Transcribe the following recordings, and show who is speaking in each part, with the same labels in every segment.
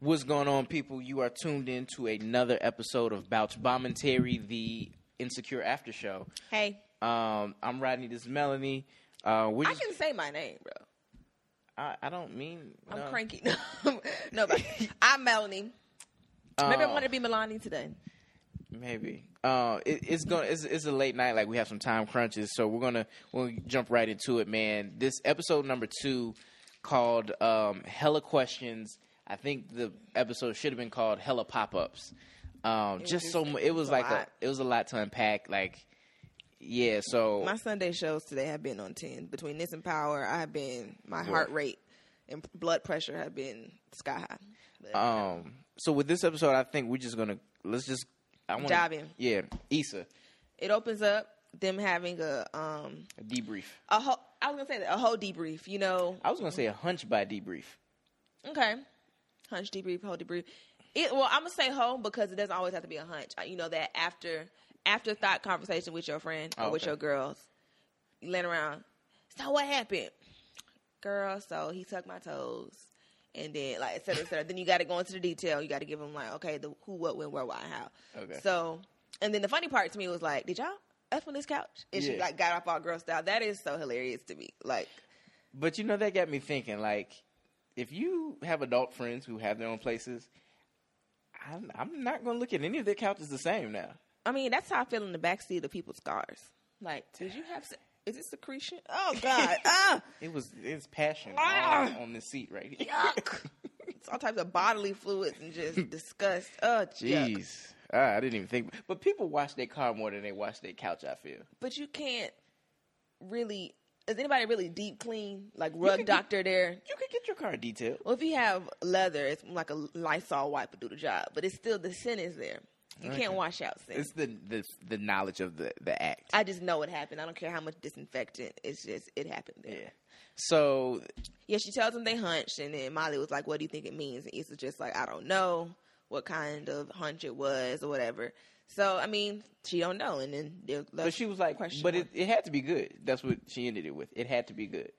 Speaker 1: What's going on, people? You are tuned in to another episode of Bouch Bomb and Terry, the Insecure After Show.
Speaker 2: Hey,
Speaker 1: Um, I'm Rodney. This is Melanie. Uh, we're
Speaker 2: I
Speaker 1: just,
Speaker 2: can say my name, bro.
Speaker 1: I, I don't mean.
Speaker 2: I'm
Speaker 1: no.
Speaker 2: cranky. no, but I'm Melanie. Maybe I
Speaker 1: Uh,
Speaker 2: want to be Melanie today.
Speaker 1: Maybe. Uh, it, it's going. to It's, it's a late night. Like we have some time crunches, so we're gonna we'll jump right into it, man. This episode number two, called um, "Hella Questions." I think the episode should have been called "Hella Pop Ups." Um, just
Speaker 2: was-
Speaker 1: so mu- it was
Speaker 2: a
Speaker 1: like a,
Speaker 2: lot.
Speaker 1: it was a lot to unpack. Like, yeah. So
Speaker 2: My Sunday shows today have been on ten. Between this and power, I have been my heart rate and blood pressure have been sky high. But
Speaker 1: um, so with this episode, I think we're just gonna let's just I want
Speaker 2: Dive in.
Speaker 1: Yeah, Issa,
Speaker 2: it opens up them having a um
Speaker 1: a debrief.
Speaker 2: a whole. I was gonna say that, a whole debrief. You know,
Speaker 1: I was gonna say a hunch by debrief.
Speaker 2: Okay. Hunch debrief, whole debrief. It, well, I'm gonna say home because it doesn't always have to be a hunch. You know that after after thought conversation with your friend or
Speaker 1: Oh,
Speaker 2: with
Speaker 1: okay.
Speaker 2: your girls, you laying around. So what happened, girl? So he tucked my toes, and then like et cetera, et cetera. then you got to go into the detail. You got to give them like okay, the who, what, when, where, why, how.
Speaker 1: Okay.
Speaker 2: So and then the funny part to me was like, did y'all f on this couch? And she
Speaker 1: Yeah.
Speaker 2: like got off all girl style. That is so hilarious to me. Like
Speaker 1: But you know that got me thinking. Like, if you have adult friends who have their own places, I'm, I'm not gonna look at any of their couches the same now.
Speaker 2: I mean, that's how I feel in the backseat of people's cars. Like, did you have? Se- is it secretion? Oh God! ah,
Speaker 1: It was it's passion
Speaker 2: Ah!
Speaker 1: on, on this seat right here.
Speaker 2: yuck! It's all types of bodily fluids and just disgust. Oh,
Speaker 1: Jeez.
Speaker 2: jeez.
Speaker 1: Ah, I didn't even think, but people wash their car more than they wash their couch. I feel
Speaker 2: But you can't really. Is anybody really deep clean like rug doctor there?
Speaker 1: you could get your car detailed.
Speaker 2: Well, if you have leather, it's like a Lysol wipe will do the job, but it's still the scent is there. You
Speaker 1: Okay.
Speaker 2: can't wash out scent.
Speaker 1: It's the the, the knowledge of the the act.
Speaker 2: I just know it happened. I don't care how much disinfectant. It's just it happened. There.
Speaker 1: yeah. So
Speaker 2: yeah, she tells him they hunched, and then Molly was like, "What do you think it means?" And Issa's just like, "I don't know what kind of hunch it was or whatever." So I mean, she don't know, and then there-
Speaker 1: but she was like,
Speaker 2: question
Speaker 1: but
Speaker 2: mark.
Speaker 1: it, it had to be good. That's what she ended it with. It had to be good.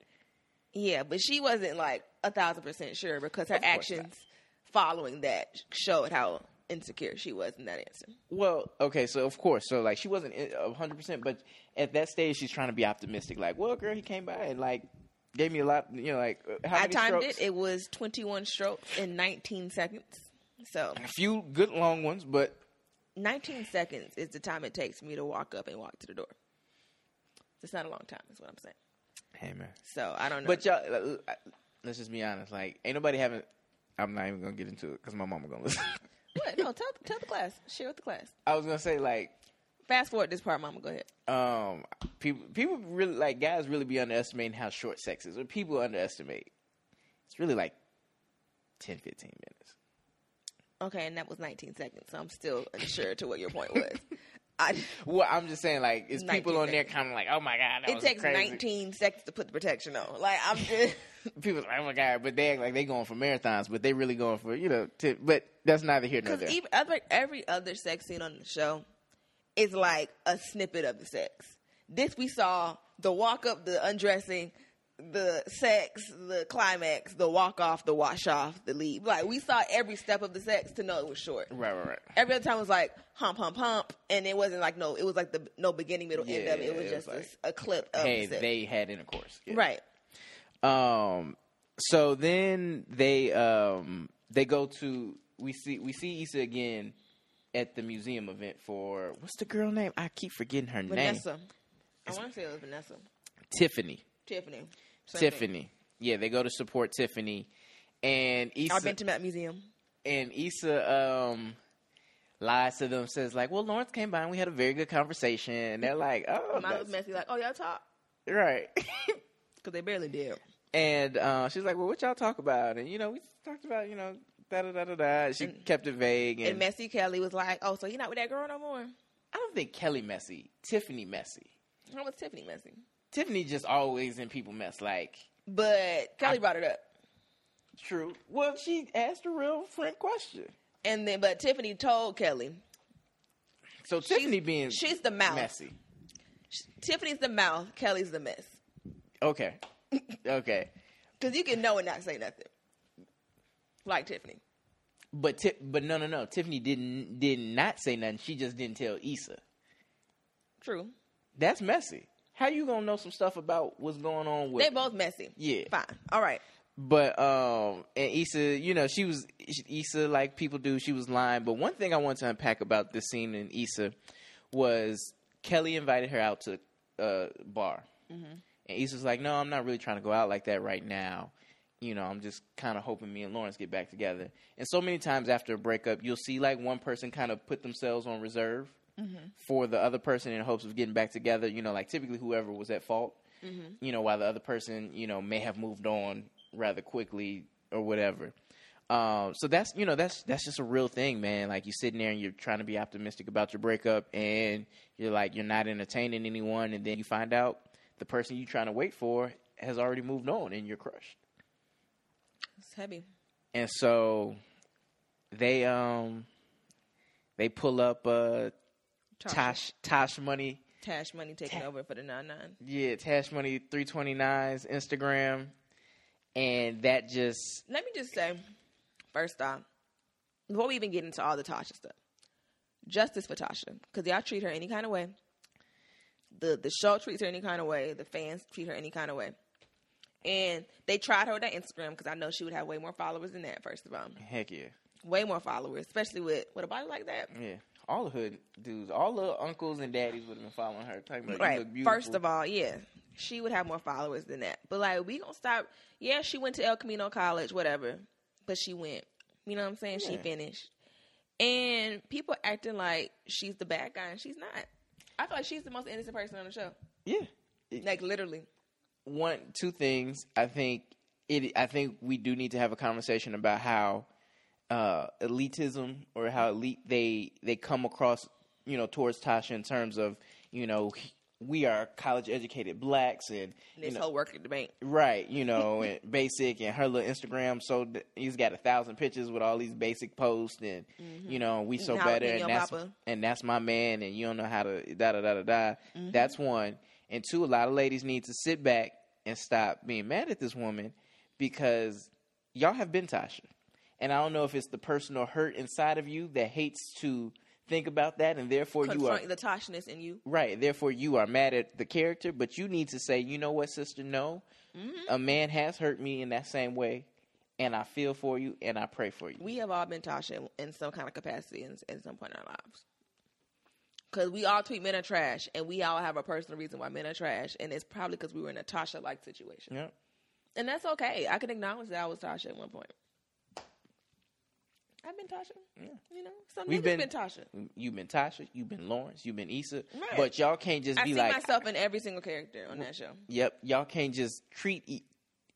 Speaker 2: yeah, but she wasn't like a thousand percent sure because her
Speaker 1: Of course not.
Speaker 2: actions following that showed how insecure she was in that answer.
Speaker 1: Well, okay, so of course, so like she wasn't hundred percent, but at that stage she's trying to be optimistic. Like, well, girl, he came by and like gave me a lot. You know, like uh, how
Speaker 2: I
Speaker 1: many
Speaker 2: timed
Speaker 1: strokes?
Speaker 2: it; it was twenty-one strokes in nineteen seconds. So
Speaker 1: A few good long ones, but
Speaker 2: nineteen seconds is the time it takes me to walk up and walk to the door. It's not a long time, is what I'm saying.
Speaker 1: hey man.
Speaker 2: So I don't know.
Speaker 1: But y'all, uh, uh, let's just be honest. Like, ain't nobody having. I'm not even gonna get into it because my mama gonna listen.
Speaker 2: What? No, tell tell the class. Share with the class.
Speaker 1: I was gonna say like,
Speaker 2: Fast forward this part, Mama. Go ahead.
Speaker 1: um, people people really like guys really be underestimating how short sex is, or people underestimate. It's really like 10, 15 minutes.
Speaker 2: Okay, and that was 19 seconds, so I'm still unsure to what your point was. I,
Speaker 1: Well, I'm just saying, like, it's
Speaker 2: 19
Speaker 1: people on there kind of like, oh my god, that
Speaker 2: it
Speaker 1: was
Speaker 2: takes
Speaker 1: crazy.
Speaker 2: 19 seconds to put the protection on. Like I'm just.
Speaker 1: People, like, oh my god, but they act like they going for marathons, but they really going for you know. T- but that's neither here nor
Speaker 2: Because
Speaker 1: there.
Speaker 2: even other every other sex scene on the show is like a snippet of the sex. This we saw the walk up, the undressing, the sex, the climax, the walk off, the wash off, the leave. Like we saw every step of the sex to know it was short.
Speaker 1: right, right, right.
Speaker 2: Every other time was like hump, hump, hump, and it wasn't like no, it was like the no beginning, middle, end of it.
Speaker 1: Yeah,
Speaker 2: It
Speaker 1: it
Speaker 2: was
Speaker 1: was
Speaker 2: just a
Speaker 1: like,
Speaker 2: s- a, clip of
Speaker 1: Hey,
Speaker 2: sex.
Speaker 1: they had intercourse, Yeah.
Speaker 2: right.
Speaker 1: Um, so then they um they go to we see we see Issa again at the museum event for what's the girl name? I keep forgetting her name.
Speaker 2: Vanessa, I want to say it was Vanessa,
Speaker 1: Tiffany.
Speaker 2: Tiffany, Same thing.
Speaker 1: Tiffany. Yeah, they go to support Tiffany. And Issa
Speaker 2: I've been to that museum.
Speaker 1: and Issa um lies to them, says like, "Well, Lawrence came by and we had a very good conversation." And they're like, "Oh,
Speaker 2: Mine was
Speaker 1: that's
Speaker 2: messy, like, oh y'all talk
Speaker 1: right."
Speaker 2: because they barely did.
Speaker 1: and uh, she's like, "Well, what y'all talk about?" And you know, we talked about you know da da da da da. She kept it vague,
Speaker 2: And
Speaker 1: and,
Speaker 2: Messy Kelly was like, oh, so you're not with that girl no more?
Speaker 1: I don't think Kelly messy, Tiffany messy.
Speaker 2: How was Tiffany messy?
Speaker 1: Tiffany just always in people mess. Like,
Speaker 2: But Kelly brought it up,
Speaker 1: true. Well, she asked a real friend question.
Speaker 2: and then but Tiffany told Kelly
Speaker 1: So Tiffany being
Speaker 2: she's the mouth.
Speaker 1: messy.
Speaker 2: Tiffany's the mouth, Kelly's the mess.
Speaker 1: Okay, okay.
Speaker 2: Because you can know and not say nothing, like Tiffany.
Speaker 1: But Ti- but no no no. Tiffany didn't did not say nothing. She just didn't tell Issa.
Speaker 2: True.
Speaker 1: That's messy. How you gonna know some stuff about what's going on with?
Speaker 2: They both messy.
Speaker 1: Yeah.
Speaker 2: Fine. All right.
Speaker 1: But um, and Issa, you know, she was Issa like people do. She was lying. But one thing I want to unpack about this scene in Issa was Kelly invited her out to a bar, and Issa's like, "No, I'm not really trying to go out like that right now. You know, I'm just kind of hoping me and Lawrence get back together." And so many times after a breakup, you'll see like one person kind of put themselves on reserve for the other person in hopes of getting back together. You know, like typically whoever was at fault you know, while the other person, you know, may have moved on rather quickly or whatever. Um, so that's you know that's that's just a real thing, man. Like you're sitting there and you're trying to be optimistic about your breakup, and you're like you're not entertaining anyone, and then you find out the person you're trying to wait for has already moved on, and you're crushed.
Speaker 2: It's heavy.
Speaker 1: And so they um they pull up uh Tosh Tosh Money
Speaker 2: Tash Money taking over for the nine nine.
Speaker 1: yeah Tash Money 329's Instagram, and that just
Speaker 2: Let me just say, first off, before we even get into all the Tasha stuff, justice for Tasha because y'all treat her any kind of way. The the show treats her any kind of way. The fans treat her any kind of way. And they tried her with that Instagram because I know she would have way more followers than that. First of all,
Speaker 1: heck yeah.
Speaker 2: way more followers, especially with with a body like that.
Speaker 1: Yeah. All the hood dudes, all the uncles and daddies would have been following her. Talking about you
Speaker 2: Right.
Speaker 1: look beautiful.
Speaker 2: First of all, yeah, she would have more followers than that. But like, we gonna stop. Yeah, she went to El Camino College, whatever. But she went. You know what I'm saying? She
Speaker 1: Yeah.
Speaker 2: finished. And people acting like she's the bad guy, and she's not. I feel like she's the most innocent person on the show.
Speaker 1: yeah.
Speaker 2: Like literally.
Speaker 1: One, two things. I think it. I think we do need to have a conversation about how uh, elitism or how elite they they come across. You know, towards Tasha in terms of you know we are college educated blacks and
Speaker 2: This
Speaker 1: you know,
Speaker 2: whole work at the bank.
Speaker 1: Right, you know, and basic and her little Instagram. So d- he's got a thousand pictures with all these basic posts, and you know, we so
Speaker 2: Mm-hmm. Now,
Speaker 1: better,
Speaker 2: and
Speaker 1: and
Speaker 2: your
Speaker 1: that's
Speaker 2: papa.
Speaker 1: and that's my man, and you don't know how to da da da da da.
Speaker 2: Mm-hmm.
Speaker 1: That's one, and two. A lot of ladies need to sit back and stop being mad at this woman because y'all have been Tasha, and I don't know if it's the personal hurt inside of you that hates to think about that, and therefore you are
Speaker 2: Confront the Toshness in you.
Speaker 1: Right. Therefore, you are mad at the character, but you need to say, you know what, sister? No,
Speaker 2: Mm-hmm.
Speaker 1: a man has hurt me in that same way, and I feel for you and I pray for you.
Speaker 2: we have all been Tasha in, in some kind of capacity in, in some point in our lives. Because we all tweet men are trash, and we all have a personal reason why men are trash, and it's probably because we were in a Tasha like situation.
Speaker 1: Yeah.
Speaker 2: And that's okay. I can acknowledge that I was Tasha at one point. I've been Tasha. You know, some
Speaker 1: We've
Speaker 2: niggas
Speaker 1: been-
Speaker 2: been, Tasha.
Speaker 1: You've been Tasha, you've been Lawrence, you've been Issa,
Speaker 2: Right.
Speaker 1: but y'all can't just
Speaker 2: I
Speaker 1: be
Speaker 2: see
Speaker 1: like,
Speaker 2: myself in every single character on that show.
Speaker 1: yep, y'all can't just treat I-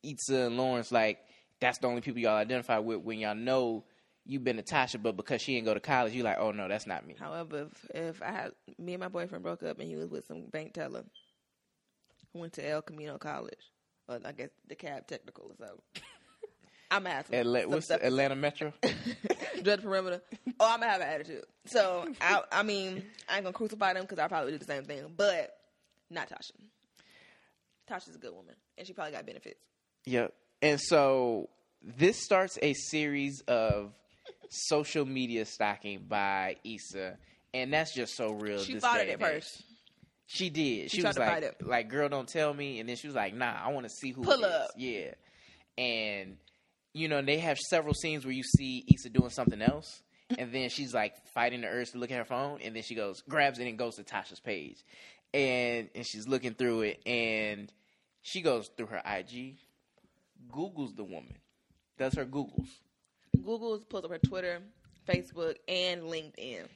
Speaker 1: Issa and Lawrence like that's the only people y'all identify with when y'all know you've been to Tasha, but because she didn't go to college, you're like, oh no, that's not me.
Speaker 2: However, if, if I had me and my boyfriend broke up and he was with some bank teller who went to El Camino College, or I guess the cab technical or something, I'm gonna have some,
Speaker 1: Atla-
Speaker 2: some
Speaker 1: what's
Speaker 2: stuff
Speaker 1: the, Atlanta Metro?
Speaker 2: dread perimeter. Oh, I'm gonna have an attitude. So I, I mean, I ain't gonna crucify them because I probably would do the same thing, but not Tasha. Tasha's a good woman, and she probably got benefits.
Speaker 1: Yep. And so this starts a series of social media stalking by Issa, and that's just so real.
Speaker 2: She
Speaker 1: this
Speaker 2: fought
Speaker 1: day
Speaker 2: it at
Speaker 1: and age.
Speaker 2: first.
Speaker 1: She did. She,
Speaker 2: tried
Speaker 1: was
Speaker 2: to
Speaker 1: like,
Speaker 2: fight it.
Speaker 1: like, girl, don't tell me. And then she was like, nah, I want to see who it is."
Speaker 2: Pull up.
Speaker 1: Yeah. And you know they have several scenes where you see Issa doing something else, and then she's like fighting the urge to look at her phone, and then she goes, grabs it, and goes to Tasha's page, and and she's looking through it, and she goes through her IG, Google's the woman, does her Google's.
Speaker 2: Google's pulls up her Twitter, Facebook, and LinkedIn,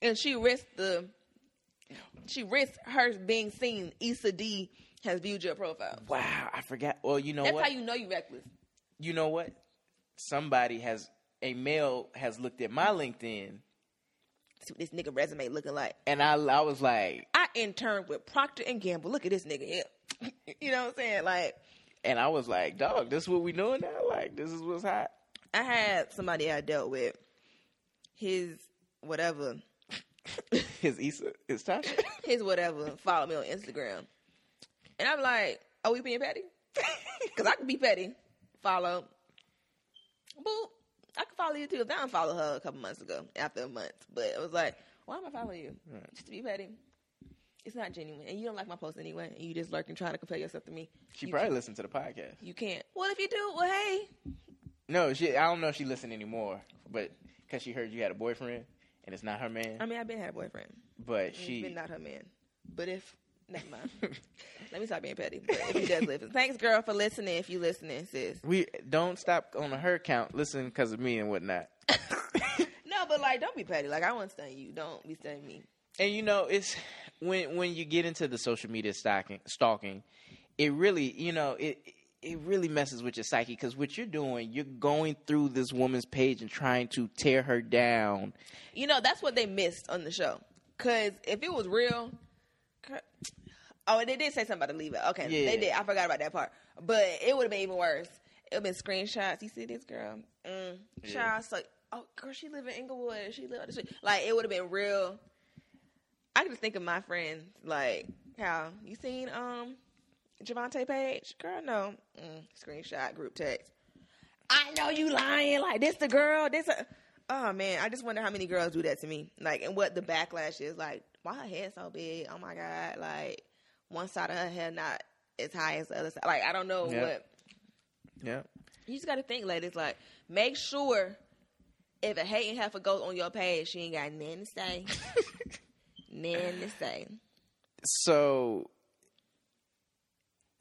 Speaker 2: and she risked the she risked her being seen. Issa D has viewed your profile.
Speaker 1: Wow, I forgot. Well, you know
Speaker 2: That's
Speaker 1: what?
Speaker 2: how you know you reckless.
Speaker 1: you know what? Somebody has a male has looked at my LinkedIn.
Speaker 2: See what this nigga resume looking like.
Speaker 1: And I, I was like,
Speaker 2: I interned with Procter and Gamble. Look at this nigga here. you know what I'm saying? Like
Speaker 1: and I was like, dog, this is what we doing now? Like, this is what's hot.
Speaker 2: I had somebody I dealt with, his whatever,
Speaker 1: His Issa, his Tasha.
Speaker 2: his whatever, follow me on Instagram. And I'm like, "Oh, are we being petty? Because I can be petty. Follow. Boop. I could follow you too. I unfollowed her a couple months ago after a month, but I was like, why am I following you? Just to be petty. It's not genuine, and you don't like my post anyway. And you just lurking, trying to compare yourself to me.
Speaker 1: She
Speaker 2: you
Speaker 1: probably listened to the podcast.
Speaker 2: you can't. Well, if you do, well, hey,
Speaker 1: No, she. I don't know if she listened anymore, but because she heard you had a boyfriend and it's not her man.
Speaker 2: I mean, I've been had a boyfriend.
Speaker 1: but
Speaker 2: She's
Speaker 1: she.
Speaker 2: been not her man. But if never mind. Let me stop being petty. But if he does listen, thanks, girl, for listening. If you listening, sis.
Speaker 1: we don't stop on her count. Listen, because of me and whatnot.
Speaker 2: No, but like, don't be petty. Like, I won't stun you. Don't be stunning me.
Speaker 1: and you know it's when when you get into the social media stalking stalking it really you know it it really messes with your psyche because what you're doing you're going through this woman's page and trying to tear her down
Speaker 2: You know, that's what they missed on the show. Cause if it was real, cur- oh, and they did say something about the leave it. Okay,
Speaker 1: Yeah.
Speaker 2: they did. I forgot about that part. But it would have been even worse. It would have been screenshots. You see this girl? Mm,
Speaker 1: Yeah.
Speaker 2: Child, so oh, girl, she live in Inglewood. She live on the street. Like it would have been real. I can just think of my friends, like how you seen um Javante Page? Girl, no. Mm, screenshot, group text. I know you lying. Like this, the girl. This. A... Oh man, I just wonder how many girls do that to me. Like, and what the backlash is. Like, why her hair so big? Oh my god. Like, one side of her hair not as high as the other side. Like, I don't know
Speaker 1: Yeah.
Speaker 2: what.
Speaker 1: yeah
Speaker 2: You just got to think, ladies. Like, make sure if a hating heifer goes on your page, she ain't got nothing to say. nothing to say.
Speaker 1: so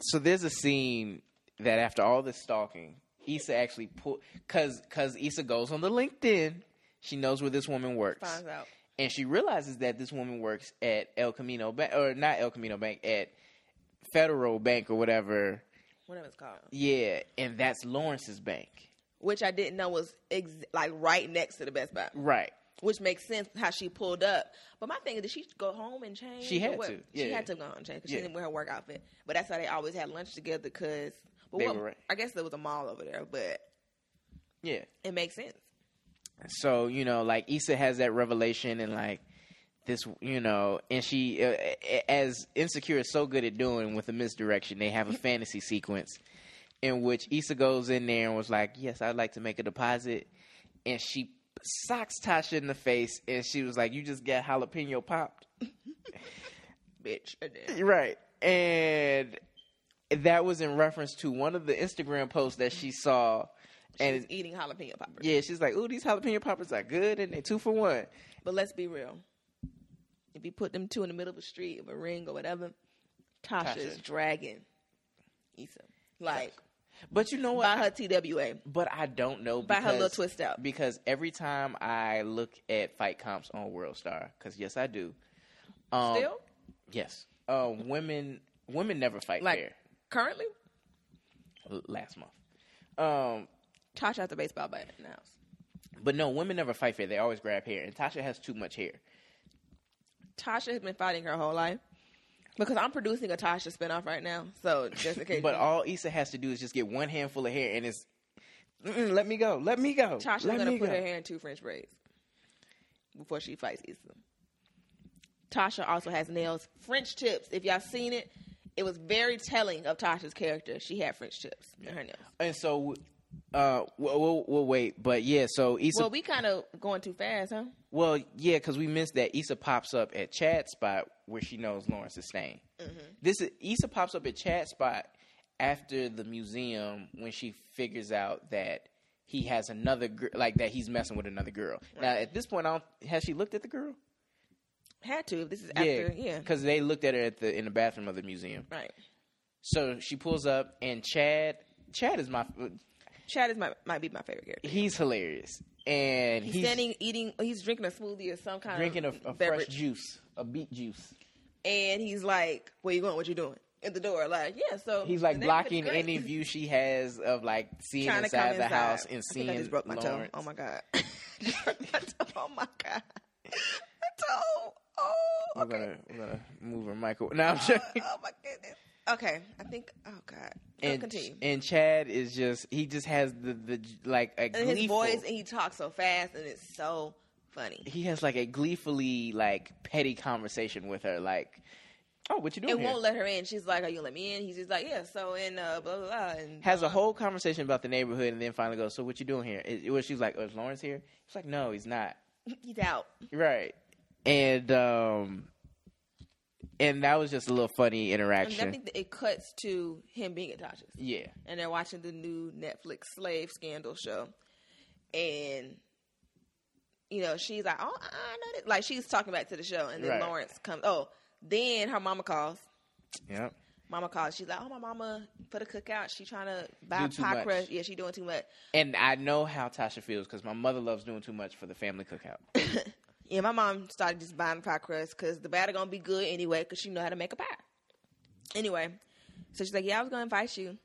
Speaker 1: so there's a scene that after all this stalking Issa actually pull because because Issa goes on the LinkedIn she knows where this woman works
Speaker 2: Finds out.
Speaker 1: and she realizes that this woman works at El Camino Bank, or not El Camino Bank, at Federal Bank or whatever.
Speaker 2: Whatever it's called.
Speaker 1: Yeah, and that's Lawrence's bank.
Speaker 2: which I didn't know was ex- like right next to the Best Buy,
Speaker 1: Right.
Speaker 2: which makes sense how she pulled up. But my thing is, did she go home and change?
Speaker 1: She
Speaker 2: or
Speaker 1: had
Speaker 2: what?
Speaker 1: to.
Speaker 2: She
Speaker 1: Yeah.
Speaker 2: had to go home and change because
Speaker 1: Yeah.
Speaker 2: she didn't wear her work outfit. But that's how they always had lunch together because. But
Speaker 1: They
Speaker 2: what,
Speaker 1: were right.
Speaker 2: I guess there was a mall over there, but
Speaker 1: Yeah.
Speaker 2: it makes sense.
Speaker 1: So, you know, like Issa has that revelation and like this, you know, and she, uh, a- as Insecure is so good at doing with the misdirection, they have a fantasy sequence in which Issa goes in there and was like, Yes, I'd like to make a deposit. And she socks Tasha in the face and she was like, You just got jalapeno popped.
Speaker 2: Bitch. I did.
Speaker 1: Right. And that was in reference to one of the Instagram posts that she saw.
Speaker 2: She was
Speaker 1: And
Speaker 2: eating jalapeno poppers.
Speaker 1: yeah, she's like, ooh, these jalapeno poppers are good and they're two for one.
Speaker 2: But let's be real. If you put them two in the middle of a street, of a ring or whatever, Tasha,
Speaker 1: Tasha.
Speaker 2: is dragging Issa. Like,
Speaker 1: But you know what?
Speaker 2: by her TWA,
Speaker 1: but I don't know.
Speaker 2: by her little
Speaker 1: because-
Speaker 2: twist out.
Speaker 1: Because every time I look at fight comps on World Star, because yes, I do. Um,
Speaker 2: Still?
Speaker 1: Yes. Uh, women women never fight
Speaker 2: Like,
Speaker 1: fair.
Speaker 2: currently?
Speaker 1: L- Last month. Um,
Speaker 2: Tasha at the baseball bat in the house.
Speaker 1: but no, women never fight fair. They always grab hair. And Tasha has too much hair.
Speaker 2: Tasha has been fighting her whole life because I'm producing a Tasha spinoff right now. So just in case,
Speaker 1: But uh, all Issa has to do is just get one handful of hair, and it's "Mm-mm, let me go, let me go.
Speaker 2: Tasha's
Speaker 1: let
Speaker 2: gonna
Speaker 1: me
Speaker 2: put
Speaker 1: go."
Speaker 2: her hair in two French braids before she fights Issa. Tasha also has nails, French tips. If y'all seen it, it was very telling of Tasha's character. She had French tips in her nails.
Speaker 1: And so, uh, we'll, we'll, we'll wait. But yeah, so Issa,
Speaker 2: well, we kind of going too fast, huh?
Speaker 1: well, yeah, because we missed that Issa pops up at Chad's spot where she knows Lawrence is staying.
Speaker 2: Mm-hmm.
Speaker 1: This is Issa pops up at Chad's spot after the museum when she figures out that. He has another girl, like that. He's messing with another girl. Now, at this point, I don't, has she looked at the girl?
Speaker 2: Had to. If this is after, yeah,
Speaker 1: because they looked at her at the in the bathroom of the museum.
Speaker 2: right.
Speaker 1: So she pulls up, and Chad, Chad is my,
Speaker 2: Chad is my might be my favorite character.
Speaker 1: he's hilarious, and
Speaker 2: He's,
Speaker 1: he's,
Speaker 2: standing, eating. He's drinking a smoothie or some kind
Speaker 1: drinking a,
Speaker 2: of
Speaker 1: a fresh
Speaker 2: beverage.
Speaker 1: juice, a beet juice.
Speaker 2: and he's like, "Where you going? What you doing?" At the door, like, yeah. So
Speaker 1: He's
Speaker 2: the
Speaker 1: like
Speaker 2: neighborhood
Speaker 1: blocking
Speaker 2: is great.
Speaker 1: any view she has of like seeing
Speaker 2: Trying to come
Speaker 1: inside the
Speaker 2: inside.
Speaker 1: house and
Speaker 2: I think
Speaker 1: seeing
Speaker 2: I just broke my
Speaker 1: Lawrence.
Speaker 2: toe. Oh my god! Just broke my toe. Oh my god! My toe. Oh.
Speaker 1: We're
Speaker 2: Okay.
Speaker 1: gonna we're gonna move her mic. Now I'm joking.
Speaker 2: Oh my goodness. Okay, I think. Oh god. Go
Speaker 1: And,
Speaker 2: continue.
Speaker 1: and Chad is just he just has the the like a
Speaker 2: And his
Speaker 1: gleeful-
Speaker 2: voice, and he talks so fast, and it's so funny.
Speaker 1: he has like a gleefully like petty conversation with her like Oh, what you doing
Speaker 2: It
Speaker 1: here?
Speaker 2: won't let her in. She's like, "Are you gonna let me in?" He's just like, "Yeah." So and uh, blah blah blah. And
Speaker 1: Has a whole conversation about the neighborhood and then finally goes, "So what you doing here?" It, it was she's like, "Oh, is Lawrence here?" She's like, "No, he's not."
Speaker 2: he's out.
Speaker 1: Right. And um and that was just a little funny
Speaker 2: I, mean, I
Speaker 1: interaction.
Speaker 2: think that it cuts to him being at Tasha's,
Speaker 1: yeah.
Speaker 2: and they're watching the new Netflix slave scandal show, and you know she's like, "Oh, I I know that." Like she's talking back to the show, and then
Speaker 1: Right.
Speaker 2: Lawrence comes. Oh, then her mama calls.
Speaker 1: Yep.
Speaker 2: Mama calls. She's like, "Oh, my mama put a cookout. She trying to buy
Speaker 1: Do too
Speaker 2: pie
Speaker 1: much.
Speaker 2: crust. Yeah, she doing too much.
Speaker 1: And I know how Tasha feels because my mother loves doing too much for the family cookout.
Speaker 2: Yeah, my mom started just buying pie crust because the batter gonna be good anyway because she know how to make a pie. Anyway, so she's like, "Yeah, I was gonna invite you."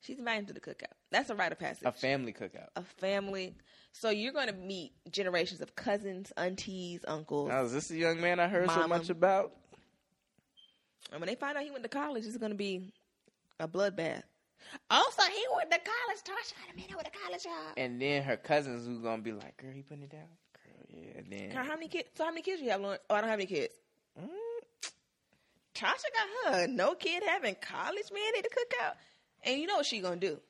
Speaker 2: She's inviting to the cookout. That's a rite of passage.
Speaker 1: A family cookout.
Speaker 2: a family. So you're going to meet generations of cousins, aunties, uncles.
Speaker 1: Now, is this a young man I heard so
Speaker 2: Mama.
Speaker 1: much about?
Speaker 2: And when they find out he went to college, it's going to be a bloodbath. Also, he went to college. Tasha got a man with a college job.
Speaker 1: And then her cousins who gonna be like, "Girl, you putting it down?" Girl, yeah. And then Mm.
Speaker 2: Now, how many kids? So how many kids you have, Lauren? Oh, I don't have any kids. Tasha got her no kid having college man at the cookout. And you know what she going to do?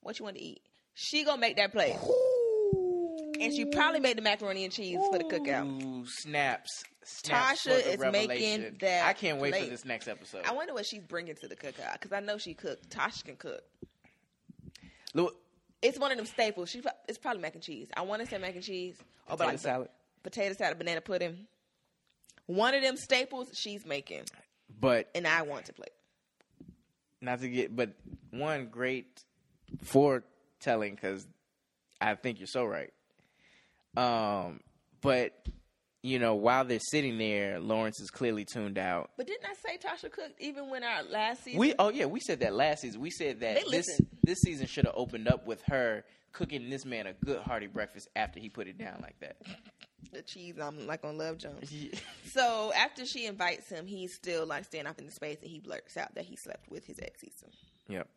Speaker 2: What you want to eat? She going to make that plate. And she probably made the macaroni and cheese for the cookout.
Speaker 1: Ooh, snaps. snaps for
Speaker 2: Tasha
Speaker 1: the
Speaker 2: is making
Speaker 1: revelation.
Speaker 2: that
Speaker 1: I can't wait for
Speaker 2: plate.
Speaker 1: this next episode.
Speaker 2: I wonder what she's bringing to the cookout because I know she cooked. Tasha can cook.
Speaker 1: Lou-
Speaker 2: It's one of them staples. She pro- it's probably mac and cheese. I want to say mac and cheese. Oh, but
Speaker 1: Potato
Speaker 2: like
Speaker 1: salad.
Speaker 2: potato salad, banana pudding. One of them staples she's making,
Speaker 1: but
Speaker 2: and I want to play.
Speaker 1: not to get, but one great foretelling because I think you're so right. Um, but you know, while they're sitting there, Lawrence is clearly tuned out.
Speaker 2: But didn't I say Tasha cooked even when our last season?
Speaker 1: We oh yeah, we said that last season. We said that
Speaker 2: They
Speaker 1: this
Speaker 2: listen.
Speaker 1: this season should have opened up with her cooking this man a good hearty breakfast after he put it down like that.
Speaker 2: the cheese I'm like on Love Jones. So after she invites him, he's still like standing up in the space, and he blurts out that he slept with his ex. Season.
Speaker 1: yep.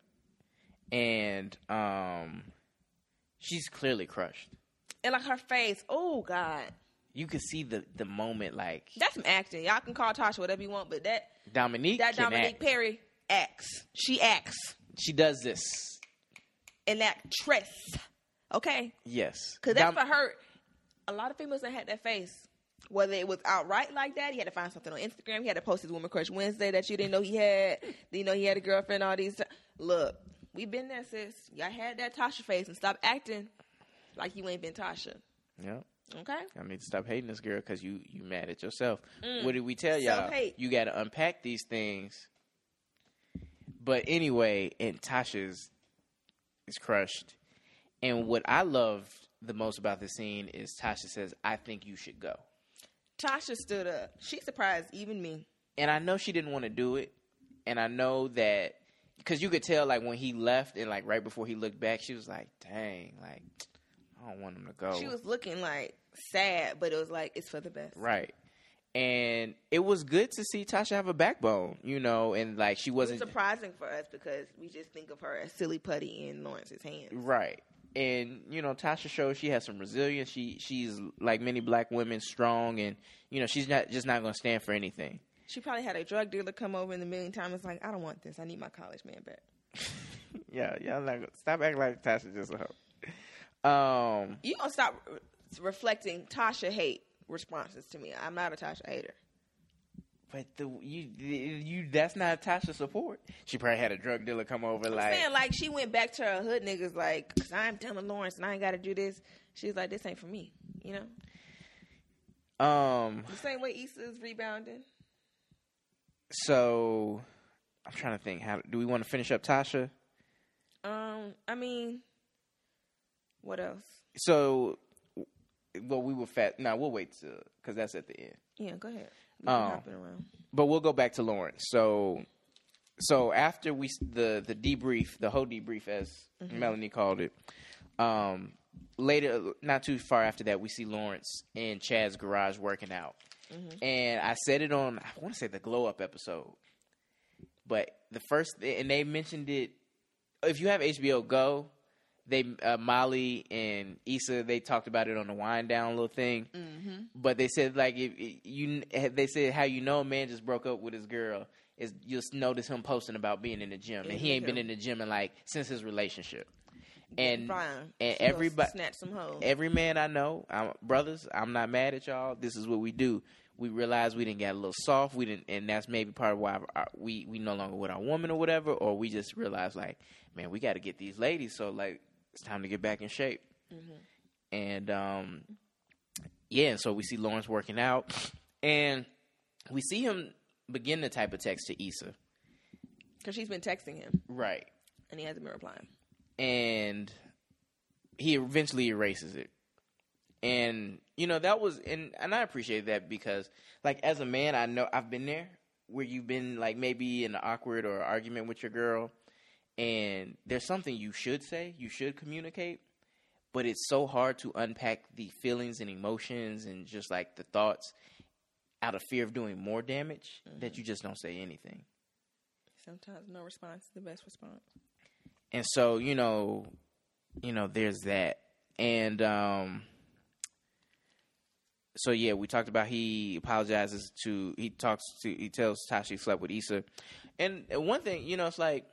Speaker 1: And um, she's clearly crushed.
Speaker 2: And like her face, oh god,
Speaker 1: You could see the the moment like
Speaker 2: that's some acting. Y'all can call Tasha whatever you want, but that
Speaker 1: Dominique
Speaker 2: that
Speaker 1: can
Speaker 2: Dominique
Speaker 1: act.
Speaker 2: Perry acts. She acts
Speaker 1: she does this.
Speaker 2: an actress. Okay?
Speaker 1: Yes,
Speaker 2: Because that's
Speaker 1: Dom-
Speaker 2: for her. A lot of females that had that face, whether it was outright like that, he had to find something on Instagram. He had to post his Woman Crush Wednesday that you didn't know he had. Then you know he had a girlfriend, all these. T- Look, we've been there, sis. Y'all had that Tasha face and stop acting like you ain't been Tasha.
Speaker 1: Yep.
Speaker 2: Okay?
Speaker 1: I need to stop hating this girl because you you mad at yourself.
Speaker 2: Mm.
Speaker 1: What did we tell y'all?
Speaker 2: Self-hate.
Speaker 1: You got to unpack these things. But anyway, and Tasha's is crushed. And what I loved the most about this scene is Tasha says, "I think you should go."
Speaker 2: Tasha stood up. She surprised even me.
Speaker 1: And I know she didn't want to do it, and I know that because you could tell, like when he left and like right before he looked back, she was like, "Dang, like I don't want him to go."
Speaker 2: She was looking like sad, but it was like, it's for the best.
Speaker 1: Right. And it was good to see Tasha have a backbone, you know, and like she
Speaker 2: It's
Speaker 1: wasn't
Speaker 2: surprising for us because we just think of her as silly putty in Lawrence's hand.
Speaker 1: right. And you know, Tasha shows she has some resilience. She she's like many black women, strong, and you know she's not just not going to stand for anything.
Speaker 2: She probably had a drug dealer come over in the million times. It's like, I don't want this. I need my college man back.
Speaker 1: Yeah, yeah. Like, stop acting like Tasha just a hoe. Um,
Speaker 2: You gonna stop re- reflecting Tasha hate responses to me? I'm not a Tasha hater.
Speaker 1: but the you you that's not Tasha support. She probably had a drug dealer come over,
Speaker 2: I'm
Speaker 1: like
Speaker 2: saying like she went back to her hood niggas like, cause I'm done with Lawrence and I ain't gotta do this. She's like, this ain't for me. You know,
Speaker 1: um.
Speaker 2: the same way Issa's rebounding.
Speaker 1: So I'm trying to think. How do we want to finish up Tasha?
Speaker 2: Um, I mean, what else?
Speaker 1: So, well, we were fat. No, we'll wait till because that's at the end.
Speaker 2: Yeah, go ahead. We been
Speaker 1: Oh.
Speaker 2: hopping around.
Speaker 1: But we'll go back to Lawrence. So, so after we s- the the debrief, the whole debrief, as
Speaker 2: Mm-hmm.
Speaker 1: Melanie called it. Um, later, not too far after that, we see Lawrence in Chad's garage working out, and I said it on I want to say the glow up episode, but the first and they mentioned it. If you have HBO Go, they uh, Molly and Issa they talked about it on the wind down little thing, But they said like if, if you eh, they said how you know a man just broke up with his girl is you'll notice him posting about being in the gym and he ain't been in the gym in like since his relationship. And
Speaker 2: Brian.
Speaker 1: and
Speaker 2: she gonna
Speaker 1: everybody
Speaker 2: snatch some hoes.
Speaker 1: every man I know, I'm, brothers, I'm not mad at y'all. This is what we do. We realize we didn't get a little soft. We didn't, and that's maybe part of why our- our- we we no longer with our woman or whatever, or we just realize like, man, we got to get these ladies. So like, it's time to get back in shape. And um, yeah, and so we see Lawrence working out, and we see him begin to type a text to Issa,
Speaker 2: Because she's been texting him
Speaker 1: right?
Speaker 2: and he hasn't been replying.
Speaker 1: and he eventually erases it. And you know that was and and I appreciate that because like as a man I know I've been there where you've been like maybe in an awkward or argument with your girl and there's something you should say, you should communicate, but it's so hard to unpack the feelings and emotions and just like the thoughts out of fear of doing more damage that you just don't say anything.
Speaker 2: Sometimes no response is the best response.
Speaker 1: and so you know you know there's that and um so yeah we talked about he apologizes to he talks to he tells tasha he slept with Issa. and one thing you know it's like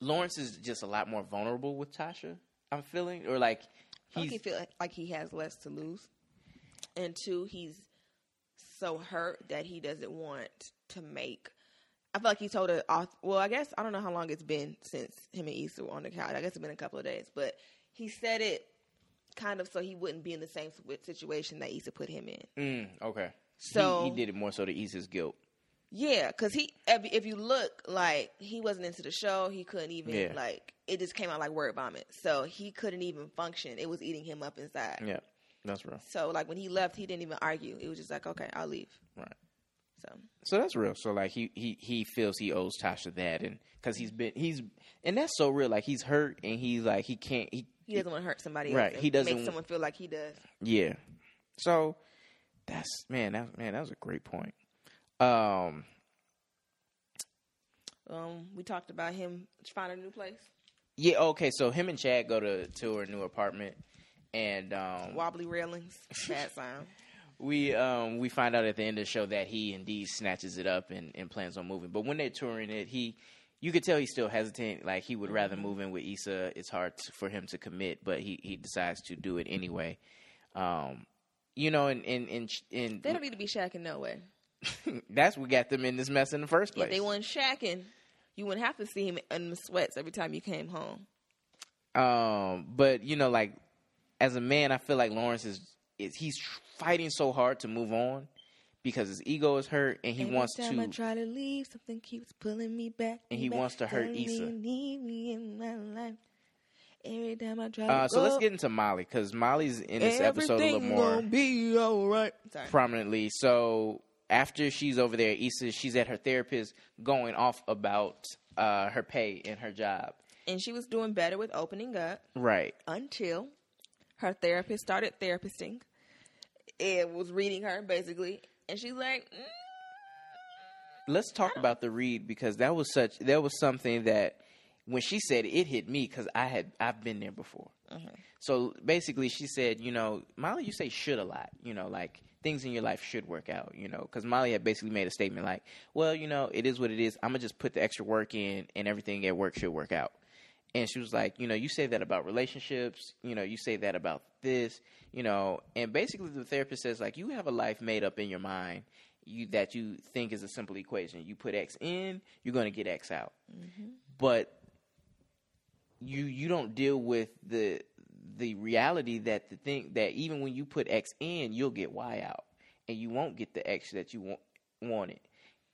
Speaker 1: lawrence is just a lot more vulnerable with tasha i'm feeling or like
Speaker 2: Like he
Speaker 1: he's
Speaker 2: feel like he has less to lose, and two, he's so hurt that he doesn't want to make. I feel like he told her off. Well, I guess I don't know how long it's been since him and Issa were on the couch. I guess it's been a couple of days, but he said it kind of so he wouldn't be in the same sit- situation that Issa put him in.
Speaker 1: mm, okay
Speaker 2: So
Speaker 1: he, he did it more so to ease his guilt
Speaker 2: Yeah, because he, if if you look, like he wasn't into the show. He couldn't even
Speaker 1: Yeah.
Speaker 2: like it just came out like word vomit. So he couldn't even function. It was eating him up inside.
Speaker 1: yeah that's real
Speaker 2: So like when he left, he didn't even argue. It was just like, okay, I'll leave.
Speaker 1: Right.
Speaker 2: So
Speaker 1: So that's real. So like he he he feels he owes Tasha that, and because he's been he's and that's so real. Like he's hurt and he's like he can't he
Speaker 2: he doesn't want to hurt somebody.
Speaker 1: Right,
Speaker 2: Else and
Speaker 1: he doesn't-
Speaker 2: make someone feel like he does.
Speaker 1: yeah. So that's man that man that was a great point. Um
Speaker 2: Um, we talked about him finding a new place.
Speaker 1: yeah okay so him and Chad go to to her new apartment and um
Speaker 2: Wobbly railings, bad sound.
Speaker 1: we um we find out at the end of the show that he indeed snatches it up and, and plans on moving. But when they're touring it, he you could tell he's still hesitant. Like he would rather move in with Issa. It's hard t- for him to commit, but he, he decides to do it anyway. Um, you know, and and and, sh- and
Speaker 2: They don't need to be shacking no way.
Speaker 1: that's what got them in this mess in the first place.
Speaker 2: If they weren't shacking, you wouldn't have to see him in the sweats every time you came home.
Speaker 1: Um, but you know, like as a man, I feel like Lawrence is, is he's tr- fighting so hard to move on because his ego is hurt and he
Speaker 2: Every
Speaker 1: wants
Speaker 2: time
Speaker 1: to.
Speaker 2: I try to leave, something keeps pulling me back.
Speaker 1: And
Speaker 2: me
Speaker 1: he
Speaker 2: back,
Speaker 1: wants to hurt
Speaker 2: telling me
Speaker 1: Issa.
Speaker 2: you need me in my life. Every time I try
Speaker 1: Uh,
Speaker 2: to
Speaker 1: so let's
Speaker 2: go,
Speaker 1: get into Molly because Molly's in this episode a little
Speaker 2: everything
Speaker 1: more
Speaker 2: gonna be all right. Sorry.
Speaker 1: prominently. So after she's over there, Issa, she's at her therapist going off about uh, her pay and her job.
Speaker 2: and she was doing better with opening up
Speaker 1: Right.
Speaker 2: until her therapist started therapisting. It was reading her basically, and she's like, mm,
Speaker 1: Let's talk about the read because that was such that was something that when she said it, it hit me because I had I've been there before.
Speaker 2: mm,
Speaker 1: So basically, she said, you know, Molly, you say should a lot. You know, like things in your life should work out. You know, because Molly had basically made a statement like, well, you know, it is what it is. I'm gonna just put the extra work in, and everything at work should work out. And she was like, you know, you say that about relationships. You know, you say that about this. You know, and basically, the therapist says like, you have a life made up in your mind. You, that you think is a simple equation. You put X in, you're going to get X out. But you you don't deal with the the reality that the thing that even when you put X in, you'll get Y out, and you won't get the X that you want wanted.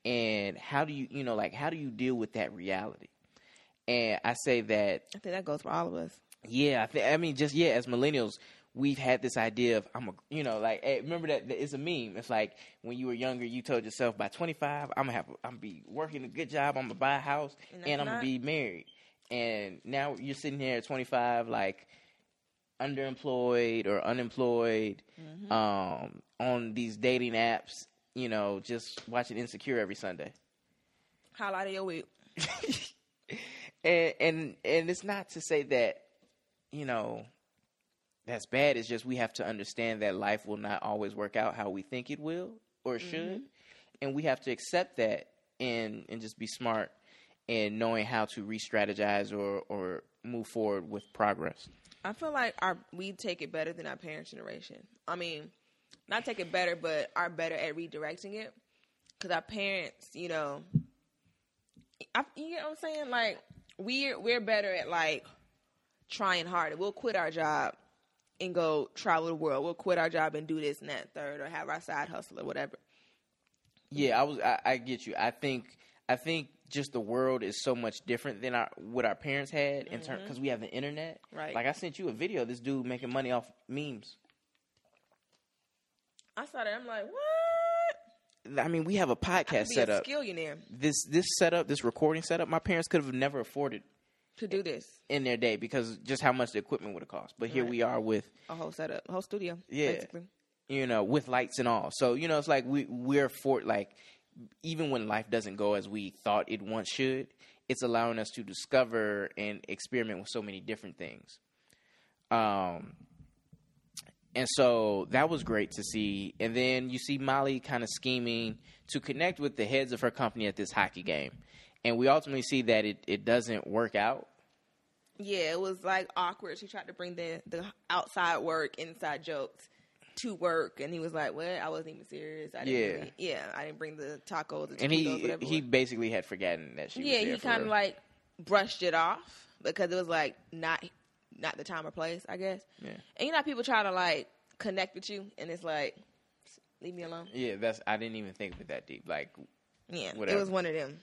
Speaker 1: And how do you you know like how do you deal with that reality? And I say that
Speaker 2: I think that goes for all of us.
Speaker 1: yeah, I think I mean just yeah, as millennials, we've had this idea of I'm a you know like eh, remember that that it's a meme. It's like when you were younger, you told yourself by 25, I'm gonna have I'm gonna be working a good job, I'm gonna buy a house,
Speaker 2: And
Speaker 1: and,
Speaker 2: that's
Speaker 1: I'm gonna
Speaker 2: not-
Speaker 1: be married. And now you're sitting here at 25, like underemployed or unemployed,
Speaker 2: Mm-hmm.
Speaker 1: um, on these dating apps, you know, just watching Insecure every Sunday.
Speaker 2: Highlight of your week.
Speaker 1: and and and it's not to say that you know that's bad. It's just we have to understand that life will not always work out how we think it will or should, and we have to accept that and and just be smart and knowing how to re-strategize or or move forward with progress.
Speaker 2: I feel like our we take it better than our parents' generation. I mean, not take it better, but are better at redirecting it because our parents, you know, I, you know what I'm saying. Like we're we're better at like trying harder. We'll quit our job and go travel the world. We'll quit our job and do this and that third, or have our side hustle or whatever.
Speaker 1: Yeah, I was. I, I get you. I think. I think just the world is so much different than our what our parents had in turn because we have the internet.
Speaker 2: Right.
Speaker 1: Like I sent you a video. of This dude making money off memes.
Speaker 2: I saw that. I'm like, what?
Speaker 1: I mean, we have a
Speaker 2: I
Speaker 1: podcast
Speaker 2: could be
Speaker 1: set
Speaker 2: a
Speaker 1: up.
Speaker 2: skillionaire
Speaker 1: This this setup, this recording setup, my parents could have never afforded
Speaker 2: to do this.
Speaker 1: in their day because just how much the equipment would have cost. But here
Speaker 2: Right.
Speaker 1: we are with
Speaker 2: A whole setup, a whole studio.
Speaker 1: Yeah.
Speaker 2: Basically.
Speaker 1: you know, with lights and all. So, you know, it's like we we're for like even when life doesn't go as we thought it once should, it's allowing us to discover and experiment with so many different things. Um and so that was great to see. And then you see Molly kind of scheming to connect with the heads of her company at this hockey game. And we ultimately see that it, it doesn't work out.
Speaker 2: Yeah, it was like awkward. She tried to bring the the outside work, inside jokes to work, and he was like, "What? I wasn't even serious. I didn't
Speaker 1: Yeah.
Speaker 2: really- yeah, I didn't bring the tacos, the
Speaker 1: And
Speaker 2: Doritos,
Speaker 1: he
Speaker 2: whatever." it
Speaker 1: he
Speaker 2: was."
Speaker 1: basically had forgotten that she was
Speaker 2: yeah,
Speaker 1: there
Speaker 2: he
Speaker 1: for
Speaker 2: kind of
Speaker 1: real.
Speaker 2: like brushed it off because it was like not not the time or place, I guess.
Speaker 1: Yeah.
Speaker 2: And you know, how people try to like connect with you, and it's like, leave me alone.
Speaker 1: Yeah, that's I didn't even think of it that deep. Like
Speaker 2: Yeah,
Speaker 1: Whatever.
Speaker 2: it was one of them.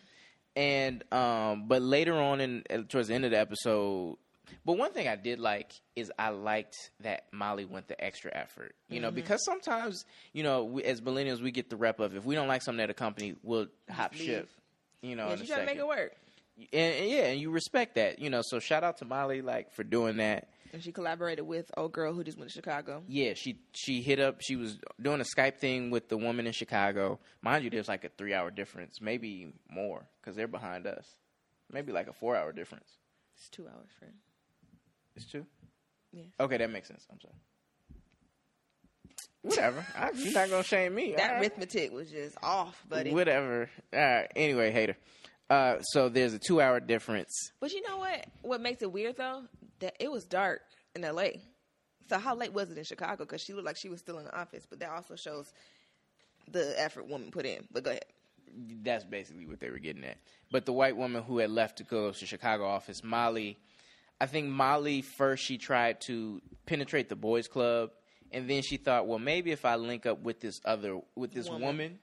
Speaker 1: and um but later on in uh, towards the end of the episode but one thing I did like is I liked that Molly went the extra effort. You
Speaker 2: Mm-hmm.
Speaker 1: know, because sometimes, you know, we, as millennials we get the rep of if we don't like something at a company, we'll hop
Speaker 2: leave.
Speaker 1: ship. You know,
Speaker 2: yeah,
Speaker 1: Oh, in
Speaker 2: she
Speaker 1: a
Speaker 2: tried to make
Speaker 1: second.
Speaker 2: it work,
Speaker 1: And, and yeah, and you respect that, you know. So shout out to Molly like for doing that.
Speaker 2: and she collaborated with old girl who just went to Chicago.
Speaker 1: Yeah, she she hit up. She was doing a Skype thing with the woman in Chicago. Mind you, there's like a three hour difference, maybe more, because they're behind us. Maybe like a four hour difference.
Speaker 2: It's two hours, friend.
Speaker 1: It's two.
Speaker 2: Yeah.
Speaker 1: Okay, that makes sense. I'm sorry. Whatever. I, you're not gonna shame me.
Speaker 2: That
Speaker 1: All right.
Speaker 2: arithmetic was just off, buddy.
Speaker 1: Whatever. All right. Anyway, hater. Uh, so there's a two hour difference.
Speaker 2: But you know what? What makes it weird though? That it was dark in L.A. So how late was it in Chicago? Because she looked like she was still in the office, but that also shows the effort woman put in. But go ahead.
Speaker 1: that's basically what they were getting at. But the white woman who had left to go to Chicago office, Molly, I think Molly first she tried to penetrate the boys' club, and then she thought, well, maybe if I link up with this other with this woman,
Speaker 2: Woman.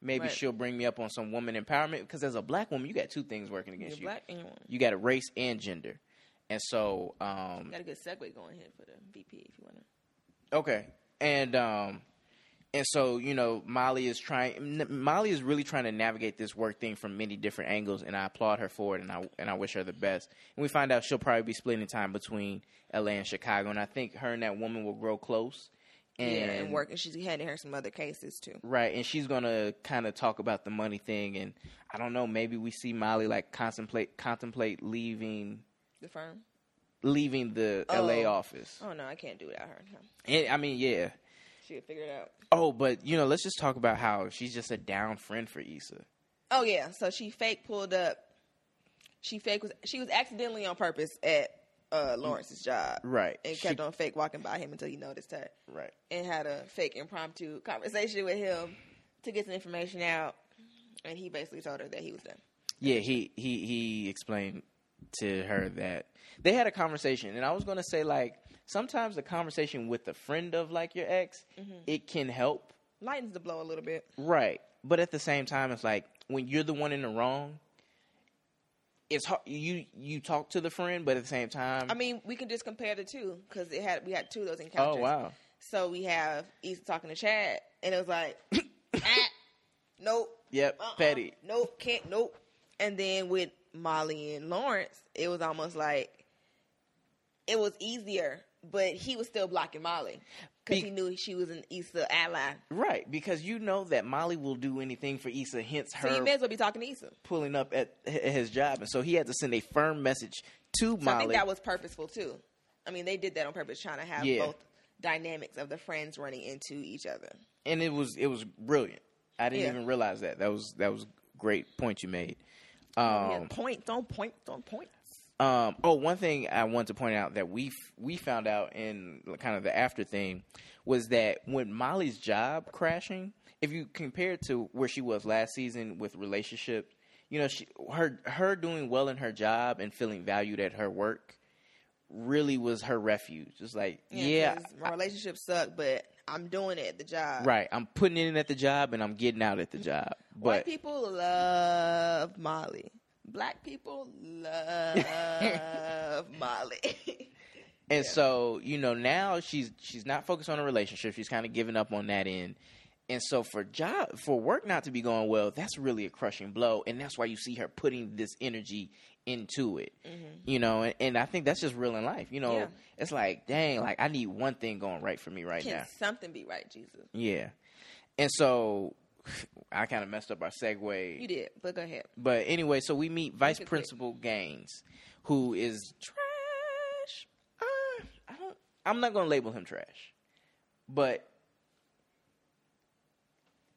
Speaker 1: maybe
Speaker 2: Right.
Speaker 1: she'll bring me up on some woman empowerment. Because as a black woman, you got two things working
Speaker 2: You're
Speaker 1: against you.
Speaker 2: black and you're woman.
Speaker 1: You got a race and gender, and so um,
Speaker 2: Got a good segue going here for the VP if you want to.
Speaker 1: Okay, and um, and so you know, Molly is trying. N- Molly is really trying to navigate this work thing from many different angles, and I applaud her for it, and I and I wish her the best. And we find out she'll probably be splitting time between L.A. and Chicago, and I think her and that woman will grow close. And,
Speaker 2: yeah, and work, and she's handing her some other cases too.
Speaker 1: Right, and she's gonna kind of talk about the money thing, and I don't know. Maybe we see Molly like contemplate contemplate leaving
Speaker 2: The firm.
Speaker 1: leaving the L.A.
Speaker 2: Oh.
Speaker 1: office.
Speaker 2: Oh no, I can't do without her. No.
Speaker 1: And, I mean, yeah,
Speaker 2: She would figure it out.
Speaker 1: Oh, but you know, let's just talk about how she's just a down friend for Issa.
Speaker 2: Oh yeah, so she fake pulled up. She fake was she was accidentally on purpose at uh, Lawrence's job,
Speaker 1: Right.
Speaker 2: And
Speaker 1: She-
Speaker 2: kept on fake walking by him until he noticed her,
Speaker 1: Right.
Speaker 2: and had a fake impromptu conversation with him to get some information out. And he basically told her that he was done.
Speaker 1: Yeah, he he he explained to her that they had a conversation, and I was gonna say like sometimes the conversation with a friend of like your ex
Speaker 2: Mm-hmm.
Speaker 1: it can help,
Speaker 2: Lightens the blow a little bit.
Speaker 1: right? But at the same time, it's like when you're the one in the wrong, it's hard. You you talk to the friend, but at the same time,
Speaker 2: I mean, we can just compare the two because it had we had two of those
Speaker 1: oh
Speaker 2: encounters.
Speaker 1: wow,
Speaker 2: So we have Issa talking to Chad, and it was like, ah, nope.
Speaker 1: yep,
Speaker 2: uh-uh,
Speaker 1: petty,
Speaker 2: Nope, can't, nope. And then with Molly and Lawrence, it was almost like it was easier, but he was still blocking Molly because
Speaker 1: Be-
Speaker 2: he knew she was an Issa ally.
Speaker 1: right? Because you know that Molly will do anything for Issa, hence her
Speaker 2: So you may as well be talking to Issa. So
Speaker 1: pulling up at h- his job, and so he had to send a firm message to
Speaker 2: I
Speaker 1: Molly.
Speaker 2: think that was purposeful too. I mean, they did that on purpose, trying to have
Speaker 1: Yeah.
Speaker 2: both dynamics of the friends running into each other.
Speaker 1: and it was it was brilliant. I didn't
Speaker 2: Yeah.
Speaker 1: even realize that. That was that was great point you made.
Speaker 2: Oh, yeah,
Speaker 1: Um,
Speaker 2: points on points on points.
Speaker 1: um, oh, one thing I want to point out that we f- we found out in kind of the after thing was that when Molly's job crashing, if you compare it to where she was last season with relationship, you know, she, her her doing well in her job and feeling valued at her work really was her refuge. It's like, yeah,
Speaker 2: 'cause my relationship sucked, but I'm doing it at the job.
Speaker 1: right. I'm putting in at the job and I'm getting out at the job. But
Speaker 2: White people love Molly. Black people love Molly.
Speaker 1: And so, you know, now she's she's not focused on a relationship. She's kind of giving up on that end. And so for job for work not to be going well, that's really a crushing blow. And that's why you see her putting this energy into it. You know, and, and I think that's just real in life. You know,
Speaker 2: Mm-hmm. Yeah.
Speaker 1: it's like, dang, like I need one thing going right for me right
Speaker 2: Can
Speaker 1: now.
Speaker 2: something be right, Jesus?
Speaker 1: Yeah. And so I kind of messed up our segue.
Speaker 2: You did, but go ahead.
Speaker 1: But anyway, so we meet Vice
Speaker 2: Make it quick.
Speaker 1: Principal Gaines, who is trash. Uh, I don't. I'm not gonna label him trash, but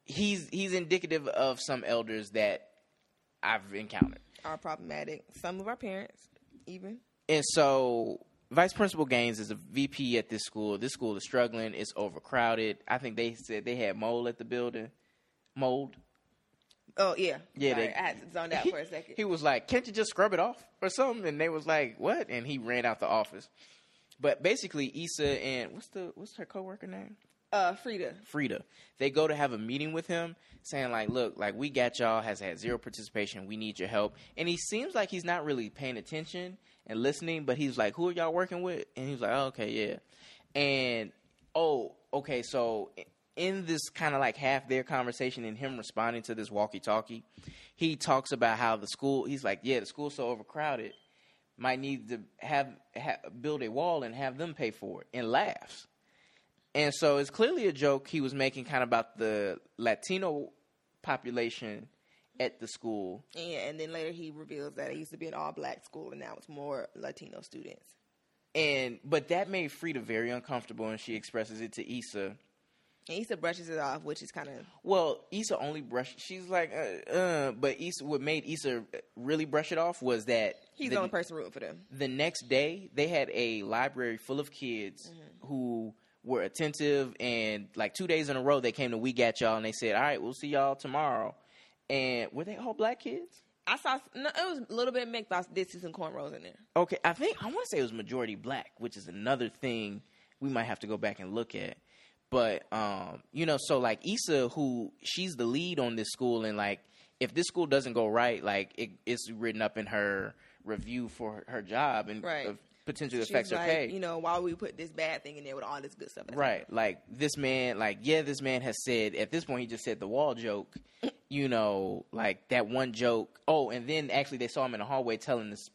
Speaker 1: he's he's indicative of some elders that I've encountered.
Speaker 2: Are problematic. Some of our parents, even.
Speaker 1: And so Vice Principal Gaines is a VP at this school. This school is struggling. It's overcrowded. I think they said they had mold at the building. Mold.
Speaker 2: Oh yeah,
Speaker 1: Yeah,
Speaker 2: Sorry,
Speaker 1: they-
Speaker 2: I had to zone out for a second.
Speaker 1: He was like, "Can't you just scrub it off or something?" And they was like, "What?" And he ran out the office. But basically, Issa and what's the what's her coworker name?
Speaker 2: Uh, Frida,
Speaker 1: Frida. They go to have a meeting with him, saying like, "Look, like we got y'all has had zero participation. We need your help." And he seems like he's not really paying attention and listening, but he's like, "Who are y'all working with?" And he was like, oh, "Okay, yeah." And oh, okay, so in this kind of like half their conversation and him responding to this walkie-talkie, he talks about how the school. He's like, "Yeah, the school's so overcrowded." Might need to have, ha build a wall and have them pay for it, and laughs. And so it's clearly a joke he was making kind of about the Latino population at the school.
Speaker 2: yeah, and then later he reveals that it used to be an all-black school, and now it's more Latino students.
Speaker 1: And but that made Frida very uncomfortable and she expresses it to Issa.
Speaker 2: And Issa brushes it off, which is kind of
Speaker 1: Well, Issa only brushed she's like uh, uh but Issa what made Issa really brush it off was that
Speaker 2: he's
Speaker 1: the-
Speaker 2: the only person rooting for them.
Speaker 1: the next day they had a library full of kids who were attentive and like two days in a row they came to we got y'all and they said all right we'll see y'all tomorrow and were they all black kids
Speaker 2: I saw no, it was a little bit mixed. but I did see some cornrows in there.
Speaker 1: Okay, I think I want to say it was majority black, which is another thing we might have to go back and look at. But um, you know, so like Issa, who she's the lead on this school, and like if this school doesn't go right, like it, it's written up in her review for her, her job and
Speaker 2: Right.
Speaker 1: uh, potentially
Speaker 2: She
Speaker 1: affects
Speaker 2: was
Speaker 1: her
Speaker 2: like,
Speaker 1: pay.
Speaker 2: You know, why would we put this bad thing in there with all this good stuff?
Speaker 1: Right. Like this man, like, yeah, this man has said at this point he just said the wall joke, you know, like that one joke. Oh, and then actually they saw him in the hallway telling this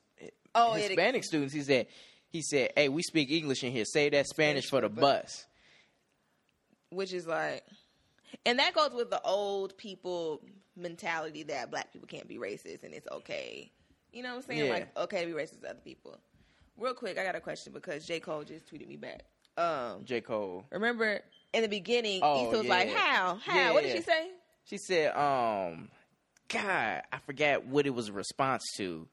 Speaker 2: Oh, yeah, the-
Speaker 1: Hispanic students, he said he said, Hey, we speak English in here. Say that Spanish for the bus.
Speaker 2: Which is like, and that goes with the old people mentality that black people can't be racist and it's okay. You know what I'm saying?
Speaker 1: Yeah.
Speaker 2: Like, okay to be racist to other people. Real quick, I got a question because J. Cole just tweeted me back. Um,
Speaker 1: J. Cole.
Speaker 2: remember in the beginning,
Speaker 1: Oh,
Speaker 2: Issa was like,
Speaker 1: yeah.
Speaker 2: "How? How?
Speaker 1: Yeah,
Speaker 2: what did
Speaker 1: yeah.
Speaker 2: she say?"
Speaker 1: She said, um, God, I forgot what it was a response to.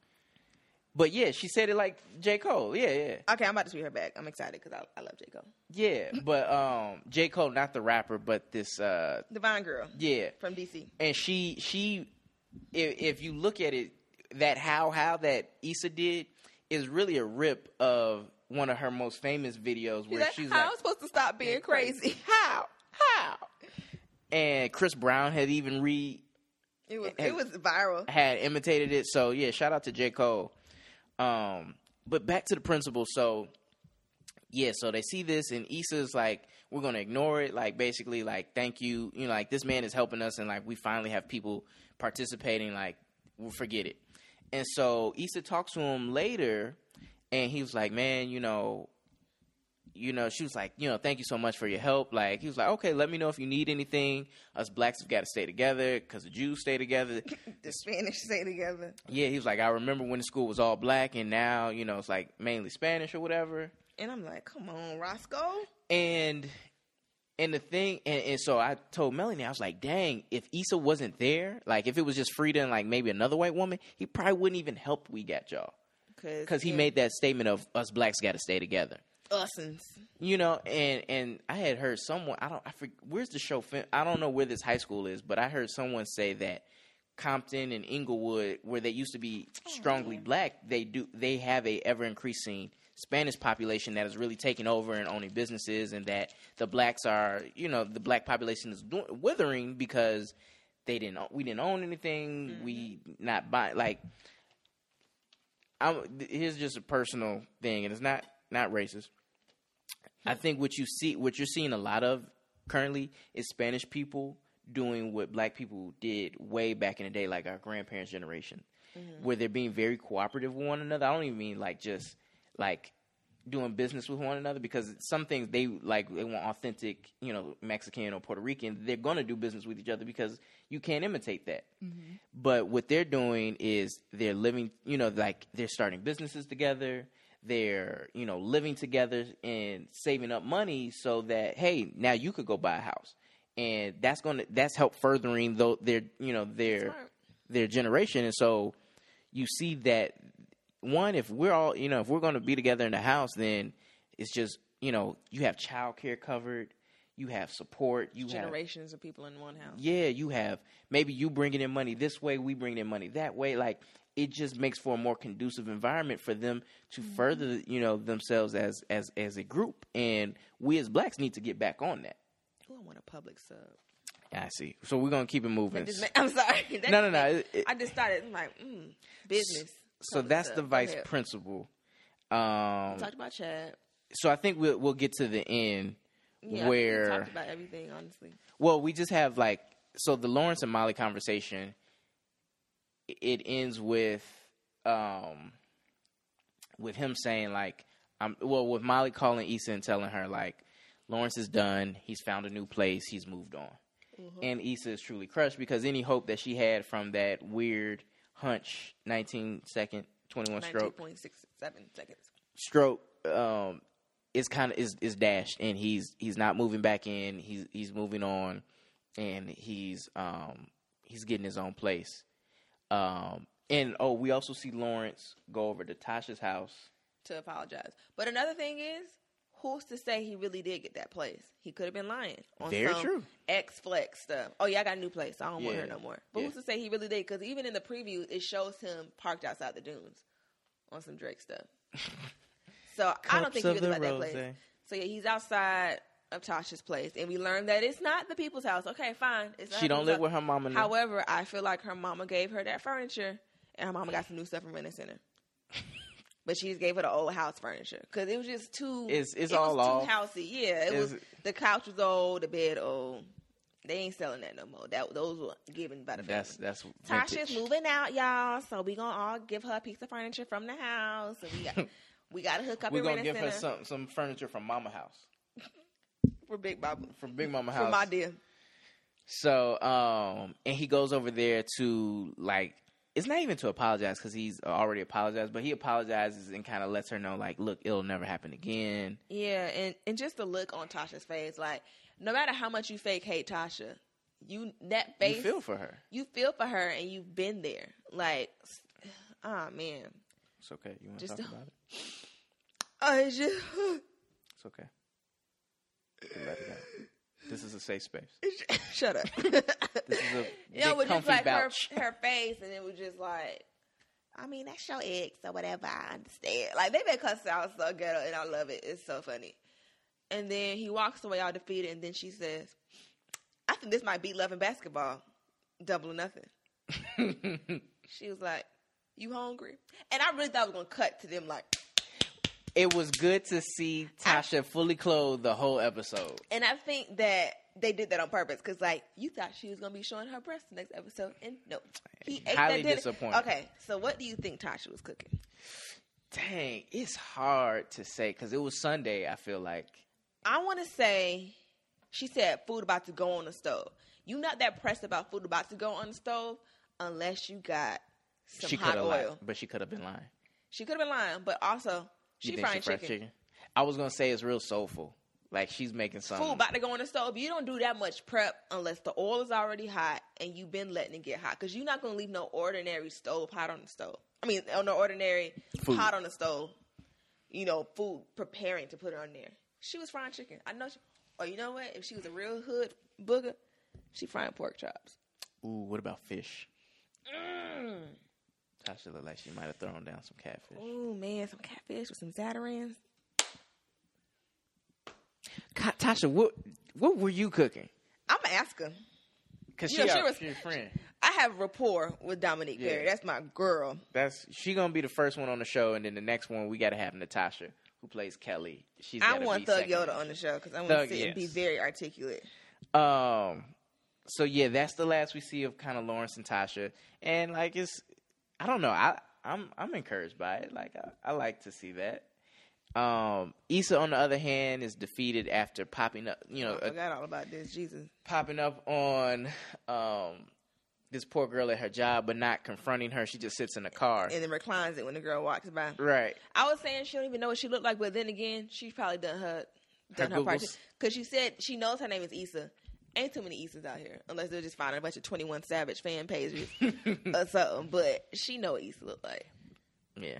Speaker 1: But yeah, she said it like J. Cole. Yeah, yeah.
Speaker 2: Okay, I'm about to tweet her back. I'm excited because I, I love J. Cole,
Speaker 1: Yeah. But um J. Cole, not the rapper, but this uh
Speaker 2: Divine Girl
Speaker 1: yeah.
Speaker 2: from DC.
Speaker 1: and she she if, if you look at it that how how that Issa did is really a rip of one of her most famous videos
Speaker 2: She's
Speaker 1: where
Speaker 2: like,
Speaker 1: she's
Speaker 2: "How
Speaker 1: like
Speaker 2: am I supposed to stop being crazy?
Speaker 1: how how and Chris Brown had even re
Speaker 2: It was
Speaker 1: Hey.
Speaker 2: it was viral.
Speaker 1: had imitated it so yeah shout out to J Cole um but back to the principal so yeah so they see this and Issa's like we're gonna ignore it like basically like thank you you know like this man is helping us and like we finally have people participating like we'll forget it and so Issa talks to him later and he was like man you know you know, she was like, you know, thank you so much for your help. Like, he was like, okay, let me know if you need anything. Us blacks have got to stay together because the Jews stay together.
Speaker 2: The Spanish say together.
Speaker 1: Yeah, he was like, I remember when the school was all black, and now you know it's like mainly Spanish or whatever.
Speaker 2: And I'm like, come on, Roscoe.
Speaker 1: And and the thing, and, and so I told Melanie, I was like, dang, if Issa wasn't there, like if it was just Frida and like maybe another white woman, he probably wouldn't even help We Got Y'all. Because he
Speaker 2: yeah,
Speaker 1: made that statement of us blacks got to stay together.
Speaker 2: us and
Speaker 1: You know, and and I had heard someone I don't I forget, where's the show fin- I don't know where this high school is, but I heard someone say that Compton and Inglewood, where they used to be strongly black, they do they have a ever increasing Spanish population that is really taking over and owning businesses, and that the blacks are you know the black population is do- withering because they didn't o- we didn't own anything we not buy like I'm, th- here's just a personal thing, and it's not not racist. I think what you see, what you're seeing a lot of currently, is Spanish people doing what Black people did way back in the day, like our grandparents' generation, where they're being very cooperative with one another. I don't even mean like just like doing business with one another because some things they like they want authentic, you know, Mexican or Puerto Rican. They're gonna do business with each other because you can't imitate that. But what they're doing is they're living, you know, like they're starting businesses together. They're, you know, living together and saving up money so that hey, now you could go buy a house, and that's gonna that's help furthering though their you know their
Speaker 2: Smart.
Speaker 1: their generation. And so you see that one, if we're all you know, if we're gonna be together in the house, then it's just you know you have childcare covered, you have support, you have
Speaker 2: generations of people in one house.
Speaker 1: yeah, you have. Maybe you bringing in money this way, we bringing in money that way. Like it just makes for a more conducive environment for them to
Speaker 2: Mm-hmm.
Speaker 1: further, you know, themselves as as as a group. And we as blacks need to get back on that.
Speaker 2: Ooh, I want a public sub.
Speaker 1: I see. So we're gonna keep it moving.
Speaker 2: That just ma- I'm sorry. That
Speaker 1: No, no,
Speaker 2: just
Speaker 1: no.
Speaker 2: make-
Speaker 1: It- it-
Speaker 2: I just started. I'm like, mm, business.
Speaker 1: so
Speaker 2: public
Speaker 1: that's
Speaker 2: sub.
Speaker 1: the
Speaker 2: Go
Speaker 1: vice
Speaker 2: ahead.
Speaker 1: principle.
Speaker 2: We
Speaker 1: Um,
Speaker 2: talked about Chad.
Speaker 1: so I think we'll we'll get to the end
Speaker 2: Yeah, I think
Speaker 1: where
Speaker 2: we talked about everything. Honestly,
Speaker 1: Well, we just have like so the Lawrence and Molly conversation. i- It ends with um with him saying like I'm well with Molly calling Issa and telling her like Lawrence is done. He's found a new place. He's moved on. And Issa is truly crushed because any hope that she had from that weird hunch, nineteen second, twenty one
Speaker 2: nineteen
Speaker 1: stroke
Speaker 2: point six seven seconds.
Speaker 1: stroke um is kind of is is dashed and he's he's not moving back in he's he's moving on and he's um he's getting his own place um and oh we also see Lawrence go over to Tasha's house
Speaker 2: to apologize. But another thing is, who's to say he really did get that place? He could have been lying on
Speaker 1: Very
Speaker 2: some
Speaker 1: true.
Speaker 2: X flex stuff. Oh yeah, I got a new place. I don't want her
Speaker 1: Yeah.
Speaker 2: no more. But
Speaker 1: Yeah.
Speaker 2: who's to say he really did? Because even in the preview, it shows him parked outside the dunes on some Drake stuff. so I don't
Speaker 1: Cups
Speaker 2: think he
Speaker 1: of
Speaker 2: really
Speaker 1: the
Speaker 2: about that place.
Speaker 1: rosé.
Speaker 2: So yeah, he's outside of Tasha's place, and we learned that it's not the people's house. Okay, fine. It's not
Speaker 1: she
Speaker 2: the
Speaker 1: don't
Speaker 2: people's
Speaker 1: live
Speaker 2: house.
Speaker 1: with her mama now.
Speaker 2: However, I feel like her mama gave her that furniture, and her mama got some new stuff from Renner Center. but she just gave her the old house furniture because it was just too.
Speaker 1: It's- it's
Speaker 2: it
Speaker 1: all
Speaker 2: was
Speaker 1: off.
Speaker 2: too housey. Yeah, it was.
Speaker 1: It's-
Speaker 2: The couch was old, the bed old. They ain't selling that no more. That those were given by the
Speaker 1: that's
Speaker 2: family.
Speaker 1: that's
Speaker 2: Tasha's
Speaker 1: vintage.
Speaker 2: moving out, y'all. So we gonna all give her a piece of furniture from the house. So we got we gotta hook up.
Speaker 1: we're
Speaker 2: at
Speaker 1: gonna
Speaker 2: Renner
Speaker 1: give her
Speaker 2: Center
Speaker 1: some some furniture from mama house
Speaker 2: for Big Baba
Speaker 1: from big mama house
Speaker 2: for my dear.
Speaker 1: So, um, and he goes over there to like, it's not even to apologize because he's already apologized, but he apologizes and kind of lets her know, like, look, it'll never happen again.
Speaker 2: Yeah, and and just the look on Tasha's face, like no matter how much you fake hate Tasha, you that face
Speaker 1: You feel for her.
Speaker 2: you feel for her, and you've been there. Like, oh man,
Speaker 1: It's okay. You want to
Speaker 2: Just
Speaker 1: talk
Speaker 2: don't-
Speaker 1: about it?
Speaker 2: I just
Speaker 1: It's okay. You can let it out. This is a safe space.
Speaker 2: shut up.
Speaker 1: This is a
Speaker 2: Yeah,
Speaker 1: big
Speaker 2: but just
Speaker 1: comfy
Speaker 2: like her,
Speaker 1: vouch.
Speaker 2: her face, and it was just like, I mean, that's your ex or whatever. I understand. Like they make her sound so ghetto, and I love it. It's so funny. And then he walks away all defeated, and then she says, "I think this might be love and basketball, double or nothing." she was like, "You hungry?" And I really thought I was gonna cut to them like,
Speaker 1: it was good to see Tasha fully clothed the whole episode.
Speaker 2: and I think that. They did that on purpose because, like, you thought she was gonna be showing her breasts the next episode, and no, he ate
Speaker 1: Highly
Speaker 2: that dinner.
Speaker 1: disappointed.
Speaker 2: Okay, so what do you think Tasha was cooking?
Speaker 1: Dang, it's hard to say because it was Sunday. I feel like
Speaker 2: I want to say, she said food about to go on the stove. You not that pressed about food about to go on the stove unless you got some
Speaker 1: she could
Speaker 2: hot
Speaker 1: have
Speaker 2: oil.
Speaker 1: lied, but she could have been lying.
Speaker 2: She could have been lying, but also
Speaker 1: You
Speaker 2: she
Speaker 1: think
Speaker 2: frying
Speaker 1: fried
Speaker 2: chicken.
Speaker 1: I was gonna say it's real soulful. Like she's making
Speaker 2: Food
Speaker 1: something.
Speaker 2: about to go in the stove. You don't do that much prep unless the oil is already hot and you've been letting it get hot. Because you're not gonna leave no ordinary stove hot on the stove. I mean, on the ordinary
Speaker 1: Food.
Speaker 2: pot on the stove. You know, food preparing to put it on there. She was frying chicken. I know. She, or you know what? If she was a real hood booger, she frying pork chops.
Speaker 1: Ooh, what about fish?
Speaker 2: Mm.
Speaker 1: Tasha looked like she might have thrown down some catfish.
Speaker 2: Ooh man, some catfish with some Zatarans. God,
Speaker 1: Tasha, what what were you cooking?
Speaker 2: I'm gonna ask her.
Speaker 1: Because
Speaker 2: You
Speaker 1: she,
Speaker 2: know, she
Speaker 1: our-
Speaker 2: was-
Speaker 1: she your friend.
Speaker 2: I have rapport with Dominique
Speaker 1: Yeah.
Speaker 2: Perry. That's my girl.
Speaker 1: That's she gonna be the first one on the show, and then the next one we gotta have Natasha, who plays Kelly. She's
Speaker 2: I
Speaker 1: gotta
Speaker 2: want
Speaker 1: be
Speaker 2: Thug
Speaker 1: second.
Speaker 2: Yoda on the show because I want
Speaker 1: Thug,
Speaker 2: to sit and be
Speaker 1: yes.
Speaker 2: very articulate.
Speaker 1: Um, so yeah, that's the last we see of kind of Lawrence and Tasha, and like it's, I don't know, I I'm I'm encouraged by it. Like I, I like to see that. Um, Issa on the other hand is defeated after popping up, you know, uh,
Speaker 2: I forgot all about this. Jesus.
Speaker 1: popping up on um this poor girl at her job, but not confronting her. She just sits in the car,
Speaker 2: And then reclines it when the girl walks by.
Speaker 1: right?
Speaker 2: I was saying she don't even know what she looked like, but then again, she's probably done her done her,
Speaker 1: Her
Speaker 2: part
Speaker 1: Googles.
Speaker 2: because she said she knows her name is Issa. Ain't too many Issas out here unless they're just finding a bunch of Twenty One Savage fan pages or something. But she know what Issa look like
Speaker 1: Yeah.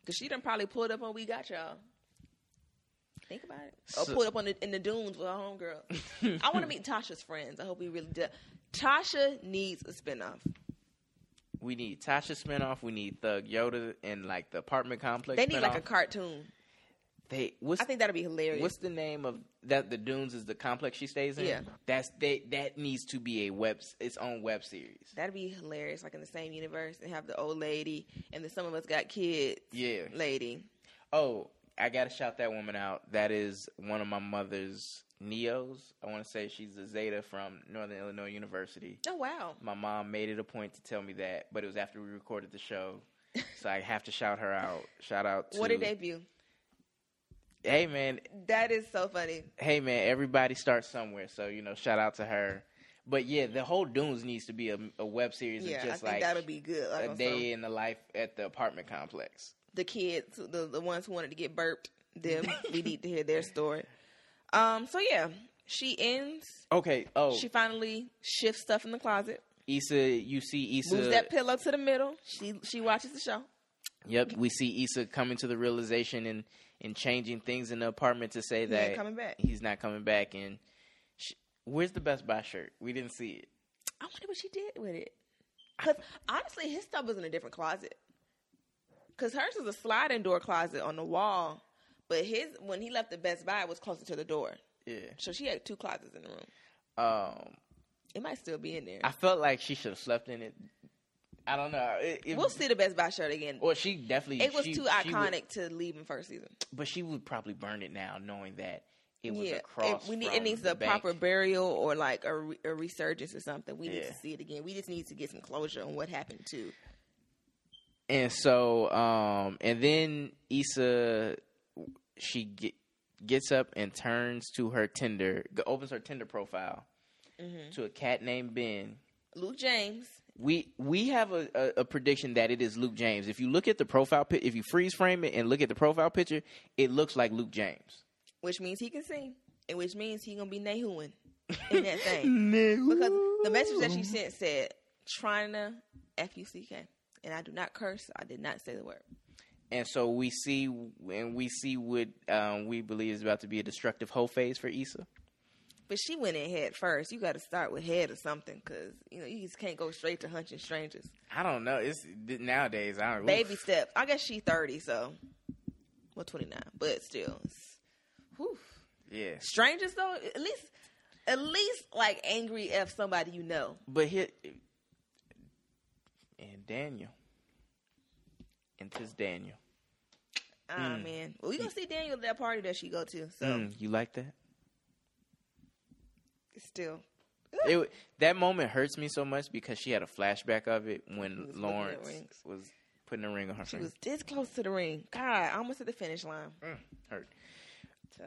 Speaker 2: because she done probably pulled up on We Got Y'all. Think about it. Or
Speaker 1: So-
Speaker 2: pulled up on the, in the dunes with her homegirl. I want to meet Tasha's friends. I hope we really do. Tasha needs a spinoff.
Speaker 1: We need Tasha Spinoff. We need Thug Yoda in like the apartment complex.
Speaker 2: They need like a
Speaker 1: spinoff.
Speaker 2: cartoon.
Speaker 1: They what's
Speaker 2: I think that'd be hilarious.
Speaker 1: What's the name of that? The Dunes is the complex she stays in.
Speaker 2: Yeah.
Speaker 1: that's they, that needs to be a web its own web series.
Speaker 2: That'd be hilarious, like in the same universe, and have the old lady and then some of us got kids
Speaker 1: Yeah.
Speaker 2: lady.
Speaker 1: Oh, I gotta shout that woman out. That is one of my mother's neos. I want to say she's a Zeta from Northern Illinois University.
Speaker 2: Oh wow.
Speaker 1: My mom made it a point to tell me that, but it was after we recorded the show, so I have to shout her out. Shout out to
Speaker 2: What a debut.
Speaker 1: Hey man,
Speaker 2: That is so funny.
Speaker 1: hey man, everybody starts somewhere. So you know, shout out to her. But yeah, the whole Dunes needs to be a, a web series
Speaker 2: Yeah,
Speaker 1: of
Speaker 2: I
Speaker 1: just
Speaker 2: think
Speaker 1: like
Speaker 2: that'll be good. Like
Speaker 1: a
Speaker 2: on
Speaker 1: day
Speaker 2: some-
Speaker 1: in the life at the apartment complex.
Speaker 2: the kids, the the ones who wanted to get burped, them we need to hear their story. Um. So yeah, she ends.
Speaker 1: Okay. Oh,
Speaker 2: She finally shifts stuff in the closet,
Speaker 1: Issa, you see Issa.
Speaker 2: moves that pillow to the middle. She she watches the show.
Speaker 1: yep, we see Issa coming to the realization and and changing things in the apartment to say
Speaker 2: He ain't
Speaker 1: that
Speaker 2: coming back.
Speaker 1: he's not coming back. And sh- where's the Best Buy shirt? We didn't see it.
Speaker 2: I wonder what she did with it. Because honestly, his stuff was in a different closet. Because hers was a sliding door closet on the wall, but his when he left the Best Buy it was closer to the door.
Speaker 1: Yeah.
Speaker 2: So she had two closets in the room.
Speaker 1: Um,
Speaker 2: It might still be in there.
Speaker 1: I felt like she should have slept in it. I don't know. It, it,
Speaker 2: we'll see the Best Buy shirt again.
Speaker 1: Well, she definitely.
Speaker 2: It was
Speaker 1: Oh, she-
Speaker 2: too
Speaker 1: she would-
Speaker 2: iconic to leave in first season.
Speaker 1: but she would probably burn it now, knowing that it was
Speaker 2: yeah,
Speaker 1: a cross.
Speaker 2: It- we need
Speaker 1: from
Speaker 2: it needs
Speaker 1: the
Speaker 2: a
Speaker 1: bank.
Speaker 2: proper burial or like a, re- a resurgence or something. We need
Speaker 1: Yeah.
Speaker 2: to see it again. We just need to get some closure on what happened to.
Speaker 1: and so um and then Issa she ge- gets up and turns to her Tinder g- opens her Tinder profile
Speaker 2: Mm-hmm.
Speaker 1: to a cat named Ben.
Speaker 2: Luke James.
Speaker 1: We we have a, a, a prediction that it is Luke James. If you look at the profile pi- if you freeze frame it and look at the profile picture, it looks like Luke James.
Speaker 2: which means he can sing, and which means he gonna be Nahooing in that thing. Because
Speaker 1: Because
Speaker 2: the message that she sent said Trina F U C K. And I do not curse. I did not say the word.
Speaker 1: and so we see and we see what um, we believe is about to be a destructive whole phase for Issa.
Speaker 2: But she went in head first. You got to start with head or something, because you know you just can't go straight to hunching strangers.
Speaker 1: I don't know. It's nowadays. I don't
Speaker 2: Baby steps. I guess she thirty, so well twenty nine, but still, it's- whew.
Speaker 1: Yeah.
Speaker 2: strangers though. At least, at least like angry f somebody you know.
Speaker 1: But here and Daniel. And tis Daniel.
Speaker 2: Ah man, well, we gonna see Daniel at that party that she go to. So
Speaker 1: Mm, you like that?
Speaker 2: still,
Speaker 1: It that moment hurts me so much because she had a flashback of it when
Speaker 2: was looking at
Speaker 1: Lawrence
Speaker 2: rings.
Speaker 1: was putting a ring on her
Speaker 2: She
Speaker 1: finger.
Speaker 2: was this close to the ring. God, almost at the finish line.
Speaker 1: Mm, hurt.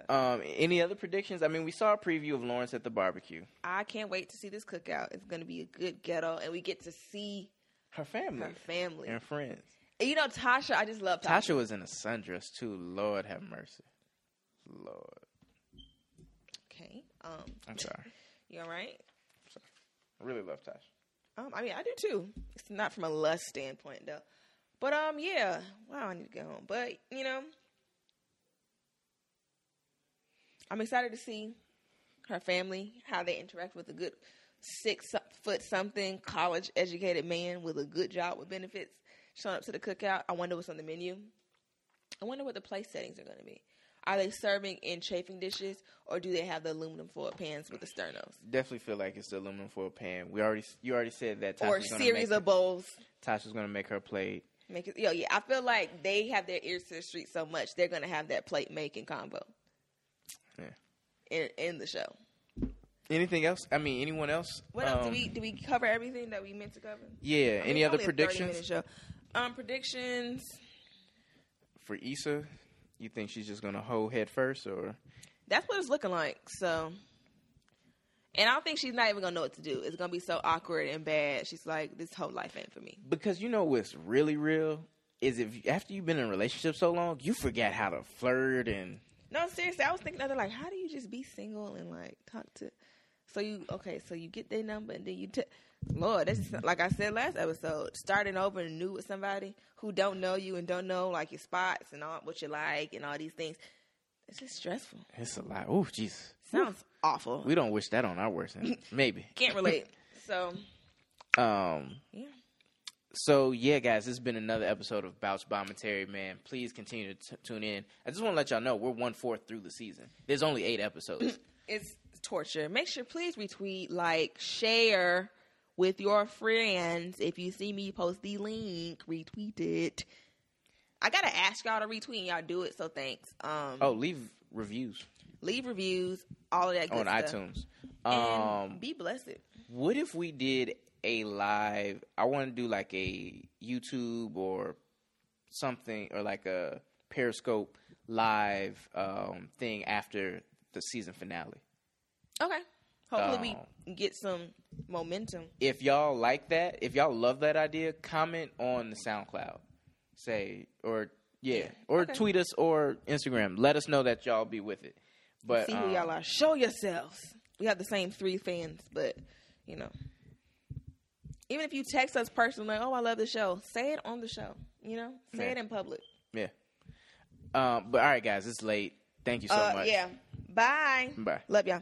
Speaker 2: Tough.
Speaker 1: Um, any other predictions? I mean, we saw a preview of Lawrence at the barbecue.
Speaker 2: I can't wait to see this cookout. It's going to be a good ghetto, and we get to see
Speaker 1: Her family,
Speaker 2: her family.
Speaker 1: and friends.
Speaker 2: And you know, Tasha, I just love Tasha.
Speaker 1: Tasha was in a sundress too. Lord have mercy. Lord.
Speaker 2: Okay. Um,
Speaker 1: I'm sorry.
Speaker 2: you all right?
Speaker 1: I really love Tasha.
Speaker 2: Um, I mean, I do too. It's not from a lust standpoint though. But um, yeah. Wow, I need to go home. But you know, I'm excited to see her family how they interact with a good six so- foot something college educated man with a good job with benefits showing up to the cookout. I wonder what's on the menu. I wonder what the place settings are going to be. Are they serving in chafing dishes, or do they have the aluminum foil pans with the sternos,
Speaker 1: Definitely feel like it's the aluminum foil pan. We already you already said that
Speaker 2: or
Speaker 1: Tasha's gonna
Speaker 2: series
Speaker 1: make,
Speaker 2: of bowls?
Speaker 1: Tasha's gonna make her plate.
Speaker 2: Make it, yo, yeah. I feel like they have their ears to the street so much they're gonna have that plate making combo.
Speaker 1: Yeah.
Speaker 2: In in the show.
Speaker 1: Anything else? I mean, anyone else?
Speaker 2: What else? Do
Speaker 1: Um,
Speaker 2: we do we cover everything that we meant to cover?
Speaker 1: Yeah.
Speaker 2: I mean,
Speaker 1: any
Speaker 2: it's
Speaker 1: other
Speaker 2: only a 30 minute
Speaker 1: predictions
Speaker 2: Show. Um, predictions.
Speaker 1: for Issa? You think she's just gonna hold head first, or
Speaker 2: That's what it's looking like. So, and I don't think she's not even gonna know what to do. It's gonna be so awkward and bad. She's like, this whole life ain't for me.
Speaker 1: because you know what's really real is if after you've been in a relationship so long, you forget how to flirt and
Speaker 2: No, seriously, I was thinking other like, how do you just be single and like talk to? So you okay? So you get their number and then you t- Lord, that's just, like I said last episode, starting over and new with somebody who don't know you and don't know like your spots and all what you like and all these things. It's just stressful.
Speaker 1: it's a lot. Oh, Jesus.
Speaker 2: Sounds awful.
Speaker 1: We don't wish that on our worst enemy. Maybe.
Speaker 2: Can't relate. So
Speaker 1: Um.
Speaker 2: Yeah.
Speaker 1: So yeah, guys, it's been another episode of Bounce Bombatary. Man, please continue to t- tune in. I just want to let y'all know we're one fourth through the season. There's only eight episodes.
Speaker 2: it's torture. Make sure please retweet, like, share with your friends. If you see me post the link, retweet it. I gotta ask y'all to retweet and y'all do it, so thanks. Um
Speaker 1: oh, leave reviews
Speaker 2: leave reviews, all of that good
Speaker 1: on
Speaker 2: stuff.
Speaker 1: iTunes.
Speaker 2: And
Speaker 1: Um,
Speaker 2: be blessed.
Speaker 1: what if we did a live? I want to do like a YouTube or something, or like a Periscope live um, thing after the season finale.
Speaker 2: Okay. Hopefully
Speaker 1: Um,
Speaker 2: we get some momentum.
Speaker 1: if y'all like that, if y'all love that idea, comment on the SoundCloud. Say or yeah, or
Speaker 2: Okay.
Speaker 1: tweet us or Instagram. Let us know that y'all be with it. But
Speaker 2: See
Speaker 1: um,
Speaker 2: who y'all are. Show yourselves. We have the same three fans, but you know. Even if you text us personally, like, oh, I love the show, say it on the show. You know, say
Speaker 1: Yeah.
Speaker 2: it in public.
Speaker 1: Yeah. Um, but all right, guys, it's late. Thank you so
Speaker 2: uh,
Speaker 1: much. Mm.
Speaker 2: Yeah. Bye.
Speaker 1: Bye.
Speaker 2: Love y'all.